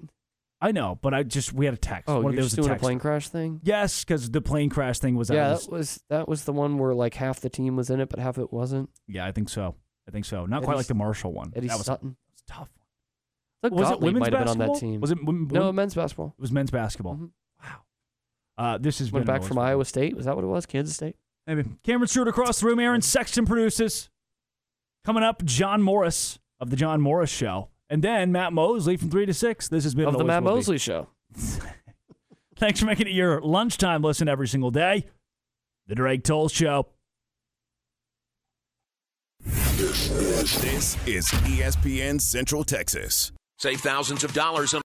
I know, but I just we had a text. Oh, One of you're those just doing a text. plane crash thing? Yes, because the plane crash thing was. I yeah, was- that was that was the one where like half the team was in it, but half it wasn't. yeah, I think so. I think so. Not quite Eddie- like the Marshall one. Eddie that was Sutton. It's tough. Doug Was it Gottlieb women's might have been on basketball? that team. Was it wom- no wom- men's basketball? It was men's basketball. Wow. Uh, this has Went been an back from awesome- Iowa State. Was that what it was? Kansas State. Maybe Cameron Stewart across the room. Aaron Sexton produces. Coming up, John Morris of the John Morris Show. And then Matt Mosley from three to six. This has been Of and the Matt always will be. Mosley Show. Thanks for making it your lunchtime listen every single day. The Drake Toll Show. This is ESPN Central Texas. E Save thousands of dollars on